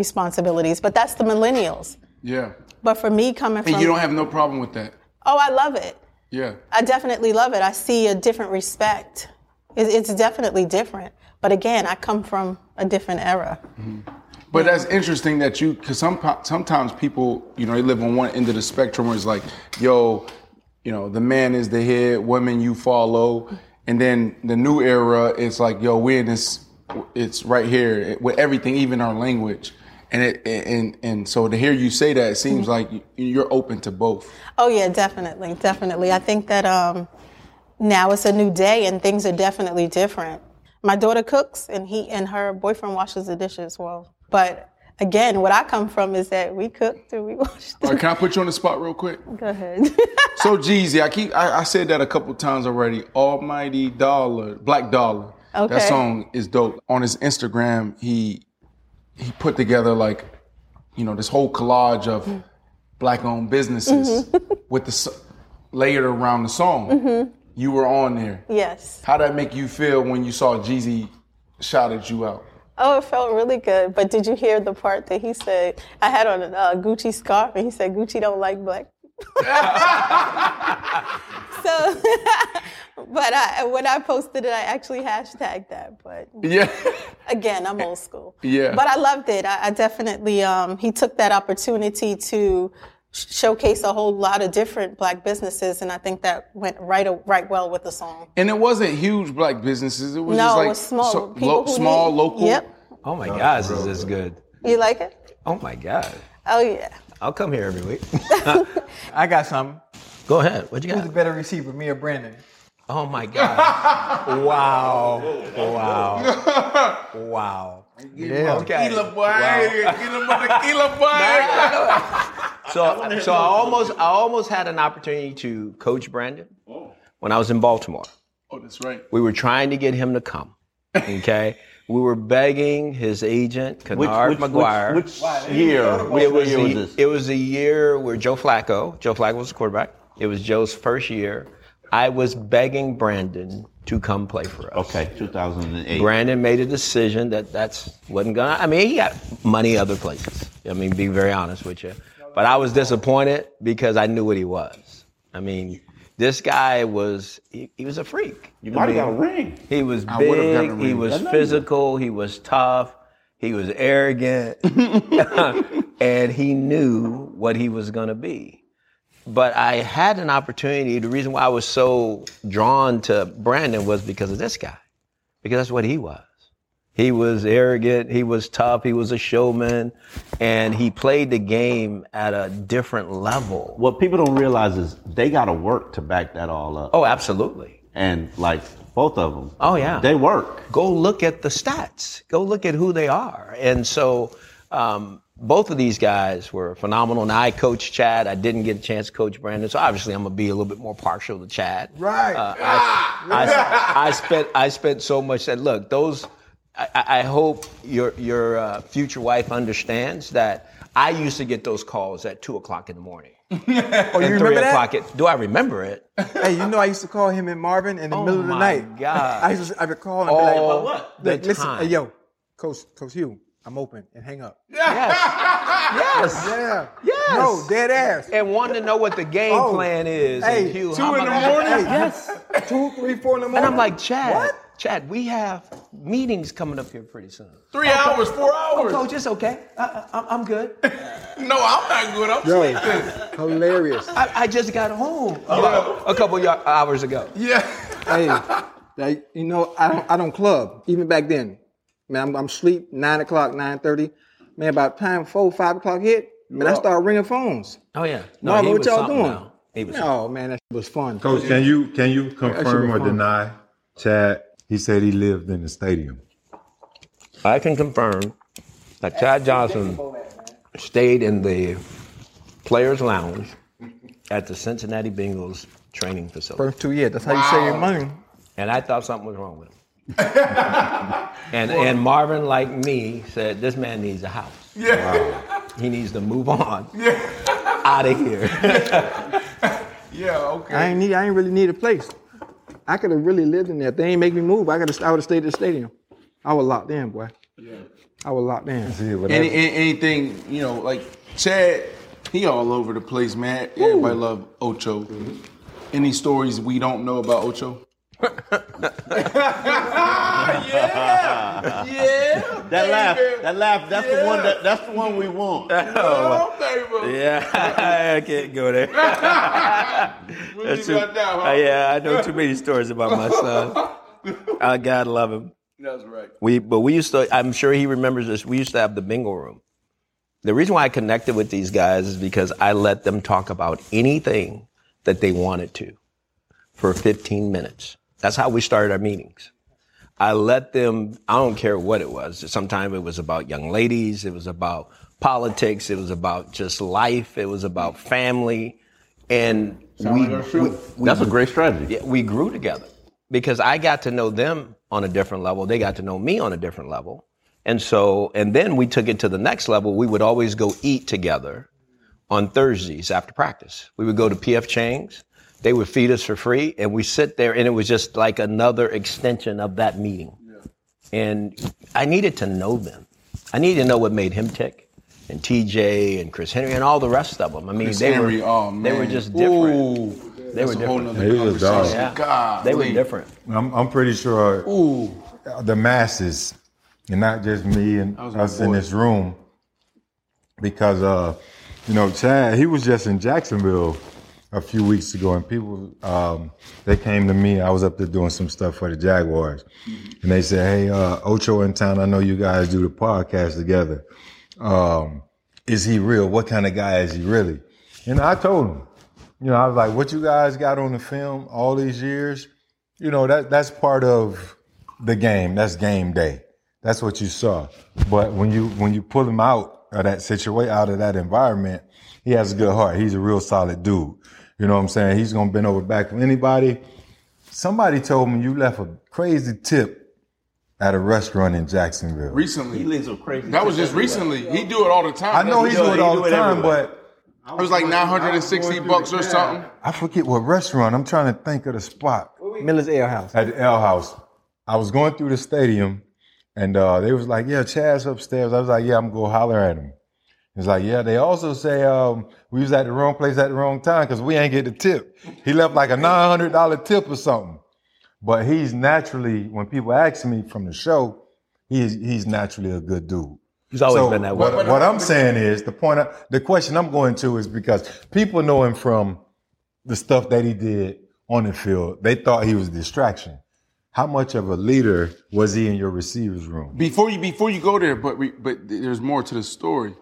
Speaker 11: responsibilities, but that's the millennials.
Speaker 4: Yeah.
Speaker 11: But for me coming from,
Speaker 4: And you don't have no problem with that.
Speaker 11: oh, I love it.
Speaker 4: Yeah.
Speaker 11: I definitely love it. I see a different respect. It- It's definitely different. But again, I come from a different era.
Speaker 4: But that's interesting that you, because some, sometimes people, you know, they live on one end of the spectrum where it's like, yo, you know, the man is the head, women you follow. And then the new era is like, yo, we're in this, it's right here with everything, even our language. And it, and and so to hear you say that, it seems
Speaker 11: Mhm.
Speaker 4: like you- you're open to both.
Speaker 11: Oh yeah, definitely, definitely. I think that um, now it's a new day and things are definitely different. My daughter cooks and he and her boyfriend washes the dishes. Well, but again, what I come from is that we cooked and we washed.
Speaker 4: All right, can I put you on the spot real quick?
Speaker 11: Go ahead.
Speaker 4: So Jeezy, I keep I, I said that a couple times already. Almighty Dollar, Black Dollar.
Speaker 11: Okay.
Speaker 4: That song is dope. On his Instagram, he he put together like, you know, this whole collage of black-owned businesses
Speaker 11: Mm-hmm.
Speaker 4: with the s- layered around the song.
Speaker 11: Mhm.
Speaker 4: You were on there.
Speaker 11: Yes.
Speaker 4: How would that make you feel when you saw Jeezy shouted you out?
Speaker 11: Oh, it felt really good. But did you hear the part that he said? I had on a uh, Gucci scarf, and he said Gucci don't like black. people." so, but I, when I posted it, I actually hashtagged that. But
Speaker 4: Yeah.
Speaker 11: again, I'm old school.
Speaker 4: Yeah.
Speaker 11: But I loved it. I, I definitely, um, he took that opportunity to sh- showcase a whole lot of different black businesses, and I think that went right, o- right well with the song.
Speaker 4: And it wasn't huge black businesses. It was
Speaker 11: No,
Speaker 4: just
Speaker 11: it
Speaker 4: like
Speaker 11: was small.
Speaker 4: so-
Speaker 11: People
Speaker 4: lo-
Speaker 11: who
Speaker 4: small
Speaker 11: need-
Speaker 4: local.
Speaker 11: Yep.
Speaker 1: Oh my God, this is this good.
Speaker 11: You like it?
Speaker 1: Oh my God.
Speaker 11: Oh, yeah.
Speaker 1: I'll come here every week.
Speaker 5: I got something.
Speaker 1: Go ahead. What you
Speaker 5: Who's
Speaker 1: got?
Speaker 5: the better receiver, me or Brandon?
Speaker 1: Oh my God. wow. Wow. Wow.
Speaker 5: Yeah.
Speaker 1: Okay.
Speaker 4: boy.
Speaker 1: So, so I almost I almost had an opportunity to coach Brandon
Speaker 6: Oh.
Speaker 1: when I was in Baltimore.
Speaker 4: Oh, that's right.
Speaker 1: We were trying to get him to come. Okay. we were begging his agent, Kennard
Speaker 6: which- which-
Speaker 1: McGuire.
Speaker 6: which year? Which
Speaker 1: It was,
Speaker 6: year was
Speaker 1: the-
Speaker 6: this?
Speaker 1: It was the year where Joe Flacco, Joe Flacco was the quarterback. It was Joe's first year. I was begging Brandon to come play for us.
Speaker 6: Okay, 2008.
Speaker 1: Brandon made a decision that that's wasn't gonna. I mean, he got money other places. I mean, be very honest with you. But I was disappointed because I knew what he was. I mean, this guy was he, he was a freak. You
Speaker 6: might have got a ring.
Speaker 1: He was
Speaker 6: I would've gotten a
Speaker 1: big. He
Speaker 6: ring. I
Speaker 1: was
Speaker 6: know you.
Speaker 1: physical. He was tough. He was arrogant, and he knew what he was gonna be but I had an opportunity. The reason why I was so drawn to Brandon was because of this guy, because that's what he was. He was arrogant, he was tough, he was a showman, and he played the game at a different level.
Speaker 6: What people don't realize is they got to work to back that all up.
Speaker 1: Oh, absolutely.
Speaker 6: And like both of them.
Speaker 1: Oh yeah,
Speaker 6: They work.
Speaker 1: Go look at the stats. Go look at who they are. And so, um, both of these guys were phenomenal. And I coached Chad. I didn't get a chance to coach Brandon, so obviously I'm gonna be a little bit more partial to Chad.
Speaker 5: Right.
Speaker 1: Uh, I, I, I spent I spent so much that look those I, I hope your your uh, future wife understands that I used to get those calls at two o'clock in the morning. oh, you
Speaker 5: remember that?
Speaker 1: o'clock at- do I remember it?
Speaker 5: hey, you know I used to call him and Marvin in the middle of the
Speaker 1: my
Speaker 5: night.
Speaker 1: God.
Speaker 5: I used to, I would call him and be like,
Speaker 1: All
Speaker 5: "Look,
Speaker 1: the
Speaker 5: listen,
Speaker 1: time.
Speaker 5: hey, yo, Coach, Coach Hugh, I'm open and hang up.
Speaker 1: Yes.
Speaker 5: Yeah.
Speaker 1: Yes.
Speaker 5: No, dead ass.
Speaker 1: And wanting to know what the game
Speaker 5: Oh.
Speaker 1: plan is.
Speaker 5: Hey,
Speaker 1: and Hugh,
Speaker 5: two
Speaker 1: how
Speaker 5: in
Speaker 1: am
Speaker 5: the
Speaker 1: I-
Speaker 5: morning?
Speaker 1: Hey, yes.
Speaker 5: Two, three, four in the morning.
Speaker 1: And I'm like, Chad,
Speaker 5: What?
Speaker 1: Chad, we have meetings coming up here pretty soon.
Speaker 4: Three hours, four hours.
Speaker 1: Oh, coach, it's okay. I, I, I'm good.
Speaker 4: No, I'm not good. I'm
Speaker 5: Yo,
Speaker 4: sleeping.
Speaker 5: hilarious.
Speaker 1: I, I just got home
Speaker 5: Oh.
Speaker 1: about a couple y- hours ago.
Speaker 5: hey, like, you know, I don't, I don't club even back then. Man, I'm, I'm sleep nine o'clock, nine thirty. Man, by the time four, five o'clock hit, man, I
Speaker 1: up.
Speaker 5: start ringing phones.
Speaker 1: Oh yeah.
Speaker 5: Marvin,
Speaker 1: he
Speaker 5: what
Speaker 1: was
Speaker 5: y'all
Speaker 1: something,
Speaker 5: doing?
Speaker 1: though. He was
Speaker 5: oh man, that was fun.
Speaker 2: Coach, can you can you confirm or
Speaker 5: fun.
Speaker 2: deny Chad? He said he lived in the stadium.
Speaker 1: I can confirm that Chad Johnson stayed in the players' lounge at the Cincinnati Bengals training facility,
Speaker 5: First two years, that's how you save your money.
Speaker 1: and I thought something was wrong with him. and and Marvin, like me, said this man needs a house.
Speaker 4: Yeah.
Speaker 1: He needs to move on out of here.
Speaker 4: Yeah, okay.
Speaker 5: I ain't need, I ain't really need a place. I could have really lived in there. If They ain't make me move. I could have, I would have stayed at the stadium. I was locked in, boy. I was locked in.
Speaker 4: Any, any- anything, you know, like Chad, he all over the place, man. Everybody love Ocho. Any stories we don't know about Ocho?
Speaker 6: yeah, yeah. That laugh, that laugh. That's the one. That, that's the one we want.
Speaker 1: Oh. Yeah, I can't go there. That's
Speaker 4: you
Speaker 1: too-
Speaker 4: got now, huh?
Speaker 1: Uh, yeah, I know too many stories about my son. I God love him.
Speaker 4: That's right.
Speaker 1: We, but we used to. I'm sure he remembers this. We used to have the bingo room. The reason why I connected with these guys is because I let them talk about anything that they wanted to for 15 minutes. That's how we started our meetings. I let them, I don't care what it was. Sometimes it was about young ladies, it was about politics, it was about just life, it was about family. And we,
Speaker 6: That's a great strategy.
Speaker 1: yeah, we grew together because I got to know them on a different level. They got to know me on a different level. And so, and then we took it to the next level. We would always go eat together on Thursdays after practice. We would go to PF Chang's. They would feed us for free and we sit there and it was just like another extension of that meeting. And I needed to know them. I needed to know what made him tick and TJ and Chris Henry and all the rest of them. I mean,
Speaker 4: Chris
Speaker 1: they
Speaker 4: Henry,
Speaker 1: were,
Speaker 4: oh,
Speaker 1: they were
Speaker 4: man.
Speaker 1: just different.
Speaker 4: Ooh,
Speaker 1: they were
Speaker 4: that's a whole
Speaker 1: different.
Speaker 4: nother
Speaker 2: They was dogs.
Speaker 4: conversation.
Speaker 1: Yeah.
Speaker 4: God,
Speaker 1: They were
Speaker 4: please.
Speaker 1: different.
Speaker 2: I'm I'm pretty sure the masses, and not just me and
Speaker 4: was my
Speaker 2: us in
Speaker 4: boy.
Speaker 2: this room, because uh, you know, Chad, he was just in Jacksonville a few weeks ago, and people um, they came to me. I was up there doing some stuff for the Jaguars,
Speaker 4: Mm-hmm.
Speaker 2: and they said, "Hey, uh, Ocho in town. I know you guys do the podcast together. Um, is he real? What kind of guy is he really?" And I told him, you know, I was like, "What you guys got on the film all these years?" you know that that's part of the game. That's game day. That's what you saw. But when you when you pull him out of that situation, out of that environment, he has a good heart. He's a real solid dude. You know what I'm saying? He's gonna bend over back for anybody. Somebody told me you left a crazy tip at a restaurant in Jacksonville.
Speaker 4: Recently,
Speaker 6: leaves a crazy.
Speaker 4: that was just recently. He do it all the
Speaker 2: I
Speaker 4: time.
Speaker 2: know he's doing it all the time, but
Speaker 4: It was like 960 bucks or something.
Speaker 2: I forget what restaurant. I'm trying to think of the spot.
Speaker 5: Miller's Ale House.
Speaker 2: At the L House. I was going through the stadium and uh, they was like, yeah, Chad's upstairs. I was like, yeah, I'm going to holler at him. He's like, yeah, they also say um, we was at the wrong place at the wrong time because we ain't get the tip. He left like a $900 tip or something. But he's naturally, when people ask me from the show, he's, he's naturally a good dude.
Speaker 1: He's always been that way.
Speaker 2: What, what I'm saying is the point, I, the question I'm going to is because people know him from the stuff that he did on the field. They thought he was a distraction. How much of a leader was he in your receivers room?
Speaker 4: Before you before you go there, but re, but there's more to the story.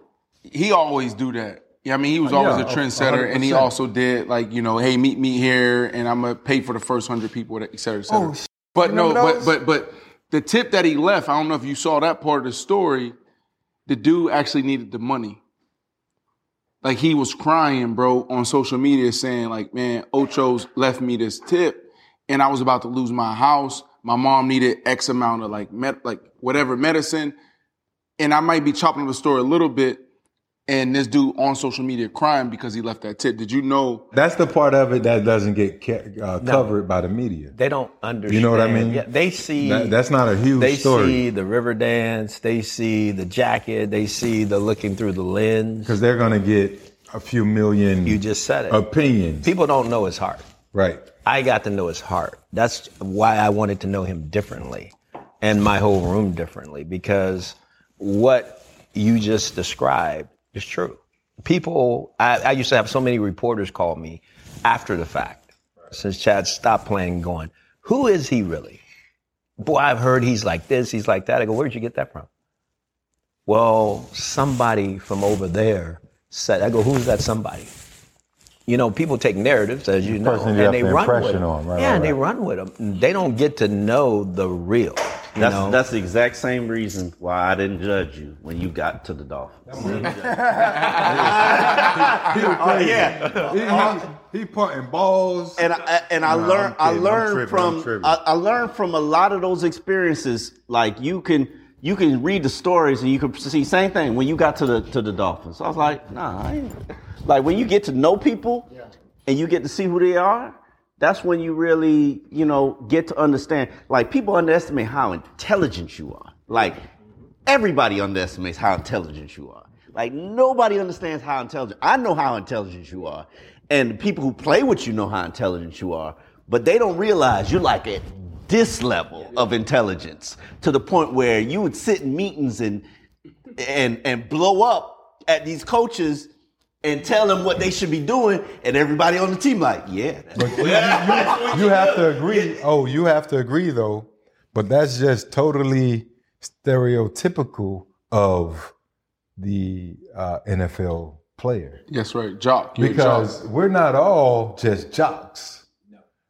Speaker 4: He always do that. Yeah, I mean, he was
Speaker 2: Yeah,
Speaker 4: always
Speaker 2: a-
Speaker 4: a trendsetter, and he
Speaker 2: 100%.
Speaker 4: also did like you know, hey, meet me here, and I'm gonna pay for the first hundred people, et cetera, et cetera.
Speaker 5: Oh, sh-
Speaker 4: but
Speaker 5: you
Speaker 4: no,
Speaker 5: remember
Speaker 4: but
Speaker 5: those?
Speaker 4: but but the tip that he left, I don't know if you saw that part of the story. The dude actually needed the money. Like he was crying, bro, on social media saying like, man, Ocho's left me this tip, and I was about to lose my house. my mom needed X amount of like med, like whatever medicine, and I might be chopping up the story a little bit, and this dude on social media crying because he left that tip. Did you know?
Speaker 2: That's the part of it that doesn't get ca- uh, covered by the media.
Speaker 1: They don't understand.
Speaker 2: You know what I mean?
Speaker 1: Yeah, they see.
Speaker 2: That- that's not a huge
Speaker 1: They
Speaker 2: story.
Speaker 1: see the river dance. They see the jacket. They see the looking through the lens.
Speaker 2: Because they're going to get a few million. You
Speaker 1: just said it.
Speaker 2: Opinions.
Speaker 1: People don't know his heart.
Speaker 2: Right.
Speaker 1: I got to know his heart. That's why I wanted to know him differently and my whole room differently because what you just described is true. People, I, I used to have so many reporters call me after the fact since Chad stopped playing, going, Who is he really? Boy, I've heard he's like this, he's like that. I go, Where'd you get that from? Well, somebody from over there said, I go, Who's that somebody? You know, people take narratives, as you know,
Speaker 2: Person you have
Speaker 1: and they
Speaker 2: the
Speaker 1: run with
Speaker 2: impression
Speaker 1: them.
Speaker 2: on, right,
Speaker 1: yeah,
Speaker 2: right,
Speaker 1: and they
Speaker 2: right.
Speaker 1: run with them. They don't get to know the real. You
Speaker 6: That's,
Speaker 1: know?
Speaker 6: that's the exact same reason why I didn't judge you when you got to the Dolphins. Oh, yeah.
Speaker 2: He, he, he punting balls.
Speaker 6: And I, and I
Speaker 2: Nah, I'm
Speaker 6: learned I
Speaker 2: kidding. I'm
Speaker 6: learned
Speaker 2: tripping, I'm
Speaker 6: from
Speaker 2: tripping.
Speaker 6: I, I learned from a lot of those experiences. Like you can you can read the stories and you can see same thing when you got to the to the Dolphins. I was like, nah, I ain't. like when you get to know people and you get to see who they are. That's when you really you know get to understand. Like people underestimate how intelligent you are. Like everybody underestimates how intelligent you are. Like nobody understands how intelligent. I know how intelligent you are, and the people who play with you know how intelligent you are, but they don't realize you're like at this level of intelligence to the point where you would sit in meetings and and and blow up at these coaches and tell them what they should be doing, and everybody on the team like, yeah, that's-
Speaker 2: you have to agree. Oh, you have to agree though, but that's just totally stereotypical of the uh, NFL player.
Speaker 4: Yes, right. Jock. You're a
Speaker 2: because
Speaker 4: jock.
Speaker 2: we're not all just jocks.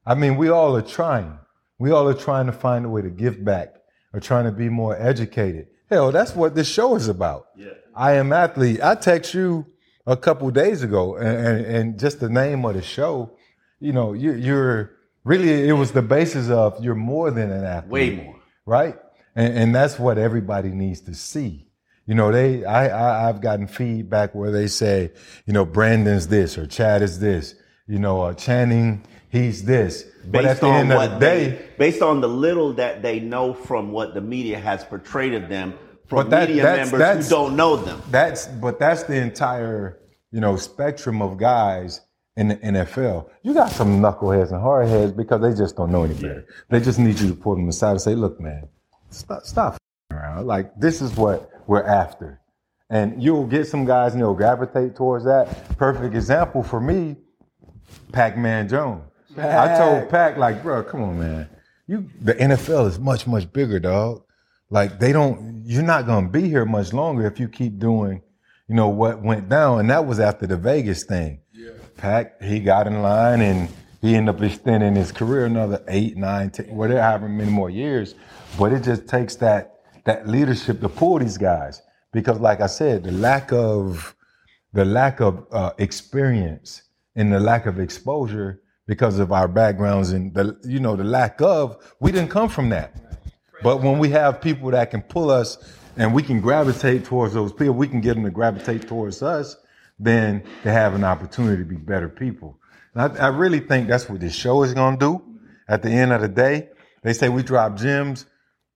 Speaker 2: I mean, we all are trying. We all are trying to find a way to give back or trying to be more educated. Hell, that's what this show is about. I am athlete. I text you a couple days ago, and, and, and just the name of the show, you know, you, you're really it was the basis of you're more than an athlete,
Speaker 6: Way more.
Speaker 2: right? And, and that's what everybody needs to see. You know, they I, I I've gotten feedback where they say, you know, Brandon's this or Chad is this, you know, or Channing he's this. but at the end of the day,
Speaker 6: they, based on the little that they know from what the media has portrayed of them from
Speaker 2: But that-
Speaker 6: media
Speaker 2: that's-
Speaker 6: members
Speaker 2: that's-
Speaker 6: who don't know them.
Speaker 2: That's but that's the entire you know spectrum of guys in the NFL. You got some knuckleheads and hardheads because they just don't know any better. They just need you to pull them aside and say, "Look, man, stop, stop f***ing around. Like this is what we're after." And you'll get some guys and they'll gravitate towards that. Perfect example for me, Pac-Man Jones. I told Pac, like, bro, come on, man. You the NFL is much, much bigger, dog. Like they don't you're not gonna be here much longer if you keep doing, you know, what went down. And that was after the Vegas thing. Yeah. Pac, he got in line and he ended up extending his career another eight, nine, ten, whatever however many more years. But it just takes that that leadership to pull these guys. Because like I said, the lack of the lack of uh, experience and the lack of exposure because of our backgrounds and the you know the lack of we didn't come from that but when we have people that can pull us and we can gravitate towards those people we can get them to gravitate towards us then they have an opportunity to be better people and i, I really think that's what this show is going to do at the end of the day they say we drop gems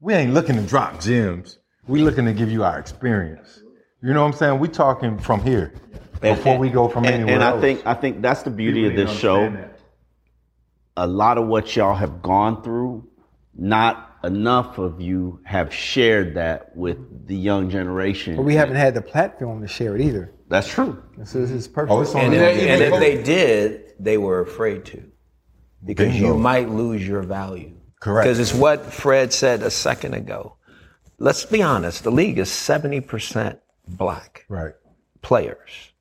Speaker 2: we ain't looking to drop gems we looking to give you our experience you know what i'm saying we talking from here before we go from
Speaker 6: and,
Speaker 2: anywhere
Speaker 6: and I
Speaker 2: else.
Speaker 6: think I think that's the beauty
Speaker 2: People
Speaker 6: of
Speaker 2: need
Speaker 6: this
Speaker 2: to
Speaker 6: show.
Speaker 2: understand
Speaker 6: A lot of what y'all have gone through, not enough of you have shared that with the young generation.
Speaker 5: But we haven't had the platform to share it either.
Speaker 6: That's true.
Speaker 5: This is, this is perfect.
Speaker 6: Oh, it's on
Speaker 1: And,
Speaker 6: the-
Speaker 1: if,
Speaker 6: Yeah,
Speaker 1: and
Speaker 6: they
Speaker 1: if
Speaker 6: vote.
Speaker 1: they did, they were afraid to, because you
Speaker 6: Bingo.
Speaker 1: might lose your value.
Speaker 6: Correct.
Speaker 1: Because it's what Fred said a second ago. Let's be honest. The league is seventy percent black
Speaker 2: right.
Speaker 1: players,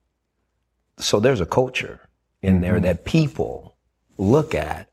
Speaker 1: so there's a culture in
Speaker 6: Mm-hmm.
Speaker 1: there that people look at,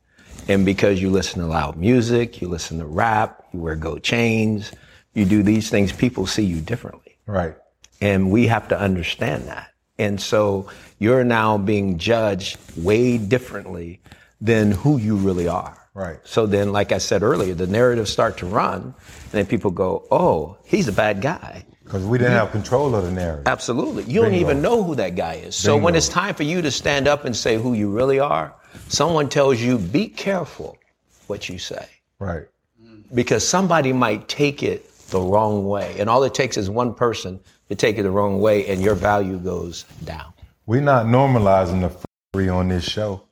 Speaker 1: and because you listen to loud music, you listen to rap, you wear gold chains, you do these things, people see you differently.
Speaker 2: right
Speaker 1: And we have to understand that. And so you're now being judged way differently than who you really are.
Speaker 2: Right.
Speaker 1: So then, like I said earlier, the narratives start to run, and then people go, "Oh, he's a bad guy."
Speaker 2: Because we didn't have control of the
Speaker 6: Uh,
Speaker 2: narrative.
Speaker 1: Absolutely. You don't
Speaker 2: Bingo.
Speaker 1: even know who that guy is. So when
Speaker 2: Bingo.
Speaker 1: it's time for you to stand up and say who you really are, someone tells you, "Be careful what you say."
Speaker 2: Right.
Speaker 1: because somebody might take it the wrong way. And all it takes is one person to take it the wrong way, and your value goes down.
Speaker 2: We're not normalizing the free on this show.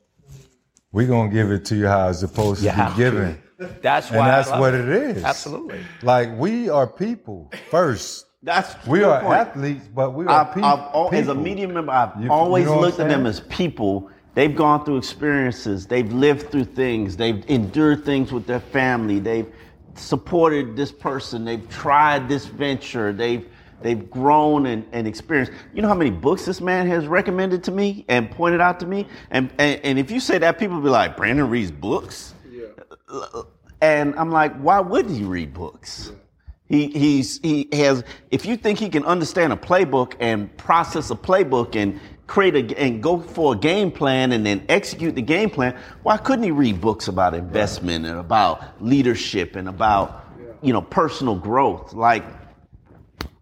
Speaker 2: We're gonna give it to you how it's supposed to
Speaker 1: Yeah.
Speaker 2: be given.
Speaker 1: That's
Speaker 2: And
Speaker 1: why. I
Speaker 2: that's
Speaker 1: love
Speaker 2: what it is.
Speaker 1: Absolutely.
Speaker 2: Like we are people first.
Speaker 6: That's
Speaker 2: we
Speaker 6: your
Speaker 2: are
Speaker 6: point.
Speaker 2: athletes, but we are
Speaker 6: I've,
Speaker 2: peop- people.
Speaker 6: I've al- as a media member, I've
Speaker 2: You- you
Speaker 6: always
Speaker 2: know what I'm
Speaker 6: looked at them
Speaker 2: saying?
Speaker 6: as people. They've gone through experiences. They've lived through things. They've endured things with their family. They've supported this person. They've tried this venture. They've they've grown and, and experienced. You know how many books this man has recommended to me and pointed out to me. And and, and if you say that, people be like, Brandon reads books. And I'm like, why would he read books? He he's he has. If you think he can understand a playbook and process a playbook and create a and go for a game plan and then execute the game plan, why couldn't he read books about investment and about leadership and about you know personal growth? Like,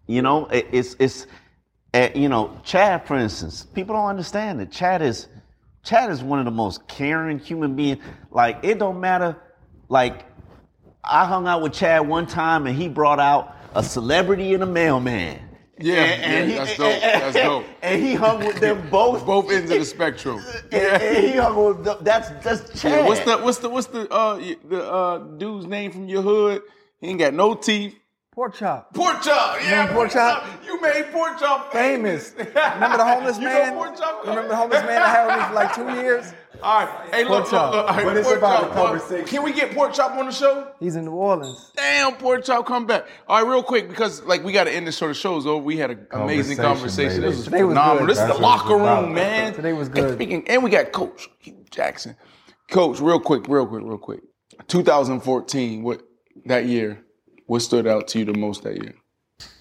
Speaker 6: you know, it, it's it's uh, you know Chad, for instance, people don't understand that Chad is Chad is one of the most caring human beings. Like, it don't matter. Like I hung out with Chad one time and he brought out a celebrity and a mailman.
Speaker 4: Yeah, yeah, that's dope. That's dope.
Speaker 6: And he hung with them both.
Speaker 4: both ends of the spectrum.
Speaker 6: And, and he hung with the, that's that's Chad.
Speaker 4: Yeah, what's the what's the what's the uh y- the uh dude's name from your hood? He ain't got no teeth.
Speaker 5: Pork chop.
Speaker 4: Pork chop. Yeah,
Speaker 5: Remember pork chop?
Speaker 4: You made pork chop
Speaker 5: Famous. Remember the homeless
Speaker 4: You know
Speaker 5: man?
Speaker 4: pork chop?
Speaker 5: Remember the homeless man I had with me for like two years?
Speaker 4: All right. Hey, look,
Speaker 5: Pork
Speaker 4: look,
Speaker 5: chop.
Speaker 4: look, all right,
Speaker 5: But it's
Speaker 4: pork
Speaker 5: about
Speaker 4: chop,
Speaker 5: a
Speaker 4: pork-
Speaker 5: conversation.
Speaker 4: Can we get pork chop on the show?
Speaker 5: He's in New Orleans.
Speaker 4: Damn, pork chop, come back. All right, real quick, because like we got to end this sort of shows over. We had an amazing
Speaker 2: Conversation,
Speaker 4: conversation.
Speaker 2: baby.
Speaker 4: This was
Speaker 2: Today was
Speaker 4: phenomenal.
Speaker 2: good.
Speaker 4: this is
Speaker 2: That's what
Speaker 4: the
Speaker 2: it
Speaker 4: locker
Speaker 2: was about.
Speaker 4: room, man.
Speaker 5: Today was
Speaker 4: And,
Speaker 5: good.
Speaker 4: speaking, and we got Coach Hugh Jackson. Coach, real quick, real quick, real quick. 2014, what that year? What stood out to you the most that year?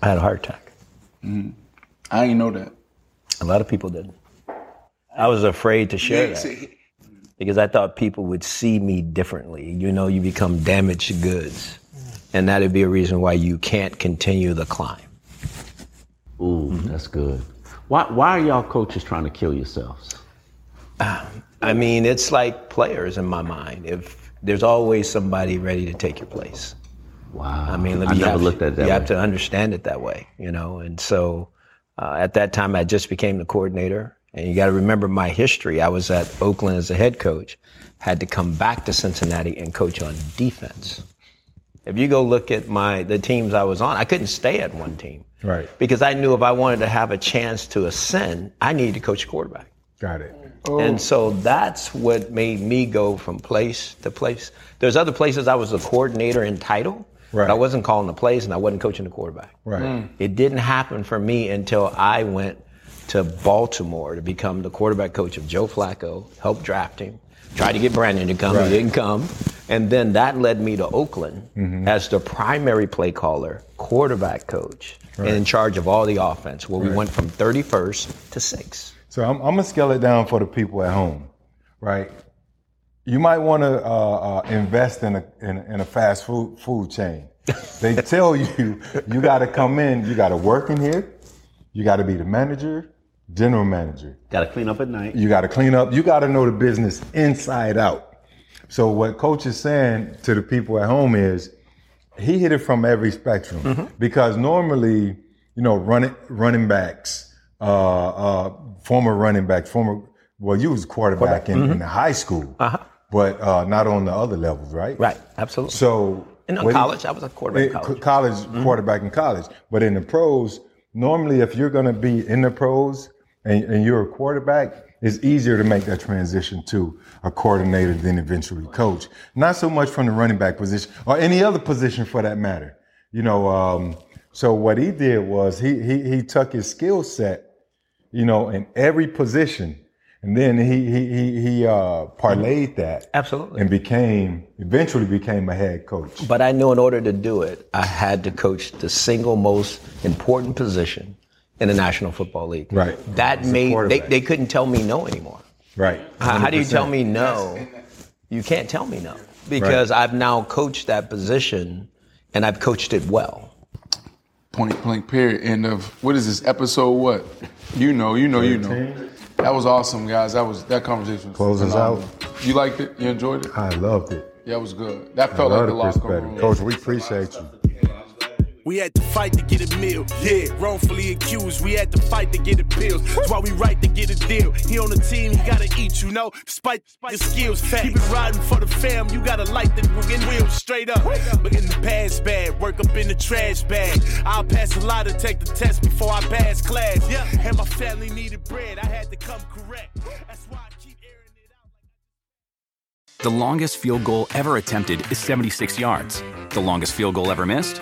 Speaker 1: I had a heart attack.
Speaker 4: I didn't know that.
Speaker 1: A lot of people didn't. I was afraid to share
Speaker 4: Yeah,
Speaker 1: that.
Speaker 4: see,
Speaker 1: because I thought people would see me differently. You know, you become damaged goods, and that'd be a reason why you can't continue the climb.
Speaker 6: Ooh,
Speaker 4: Mm-hmm.
Speaker 6: that's good. Why why are y'all coaches trying to kill yourselves?
Speaker 1: I mean, it's like players in my mind. If there's always somebody ready to take your place.
Speaker 6: Wow.
Speaker 1: I mean,
Speaker 6: I
Speaker 1: you
Speaker 6: never
Speaker 1: have-
Speaker 6: looked at it that
Speaker 1: You
Speaker 6: way.
Speaker 1: have to understand it that way, you know. And so, uh, at that time, I just became the coordinator. And you got to remember my history. I was at Oakland as a head coach, had to come back to Cincinnati and coach on defense. If you go look at my the teams I was on, I couldn't stay at one team
Speaker 2: Right.
Speaker 1: because I knew if I wanted to have a chance to ascend, I needed to coach quarterback.
Speaker 2: Got it.
Speaker 1: And so that's what made me go from place to place. There's other places I was a coordinator in title,
Speaker 2: Right.
Speaker 1: but I wasn't calling the plays and I wasn't coaching the quarterback.
Speaker 2: Right. Mm.
Speaker 1: It didn't happen for me until I went to Baltimore to become the quarterback coach of Joe Flacco, helped draft him, tried to get Brandon to come,
Speaker 2: Right.
Speaker 1: he didn't come. And then that led me to Oakland
Speaker 2: Mm-hmm.
Speaker 1: as the primary play caller, quarterback coach,
Speaker 2: Right.
Speaker 1: and in charge of all the offense, where we
Speaker 2: Right.
Speaker 1: went from 31st to 6th.
Speaker 2: So I'm, I'm gonna scale it down for the people at home, right? You might want to uh, uh, invest in a in, a- in a fast food food chain. They tell you you got to come in, you got to work in here, you got to be the manager, general manager.
Speaker 6: Gotta clean up at night.
Speaker 2: You got to clean up. You got to know the business inside out. So what coach is saying to the people at home is, he hit it from every spectrum
Speaker 1: Mm-hmm.
Speaker 2: because normally, you know, running running backs, uh, uh, former running backs, former well, you was quarterback, in,
Speaker 1: Mm-hmm.
Speaker 2: in high school, but uh, not on the other levels, right?
Speaker 1: Uh-huh. Right, absolutely.
Speaker 2: So
Speaker 1: And in
Speaker 2: what he-
Speaker 1: college, I was a quarterback in
Speaker 2: in
Speaker 1: college. Mm-hmm.
Speaker 2: co- Eh, quarterback in college. But in the pros, normally if you're going to be in the pros and, and you're a quarterback, it's easier to make that transition to a coordinator than eventually coach. Not so much from the running back position or any other position for that matter. You know, um, so what he did was he he he took his skill set, you know, in every position, and then he he he he uh, parlayed that
Speaker 1: Absolutely.
Speaker 2: and became eventually became a head coach.
Speaker 1: But I knew in order to do it, I had to coach the single most important position in the National Football League.
Speaker 2: Right.
Speaker 1: That
Speaker 2: It's the
Speaker 1: made they,
Speaker 2: quarterback.
Speaker 1: they couldn't tell me no anymore.
Speaker 2: Right.
Speaker 1: How, how do you
Speaker 2: 100%.
Speaker 1: tell me no you can't tell me no because I've now coached that position and I've coached it well.
Speaker 4: Point blank period. End of what is this episode? What you know, you know, you know. That was awesome, guys. That was that conversation. Was
Speaker 2: Close us out.
Speaker 4: phenomenal. You liked it. You enjoyed it.
Speaker 2: I loved it.
Speaker 4: Yeah, it was good. That felt
Speaker 2: I
Speaker 4: like
Speaker 2: love
Speaker 4: the locker
Speaker 2: perspective.
Speaker 4: room.
Speaker 2: Coach, we appreciate you.
Speaker 3: We had to fight to get a meal. Yeah, wrongfully accused. We had to fight to get the pills. That's why we right to get a deal. He on the team, he gotta eat, you know. Despite the skills, keep it riding for the fam. You gotta light the wiggin' wheels straight up. Look in the past bag, work up in the trash bag. I'll pass a lot to take the test before I pass class. Yeah, and my family needed bread. I had to come correct. That's why I keep.
Speaker 7: The longest field goal ever attempted is 76 yards. The longest field goal ever missed?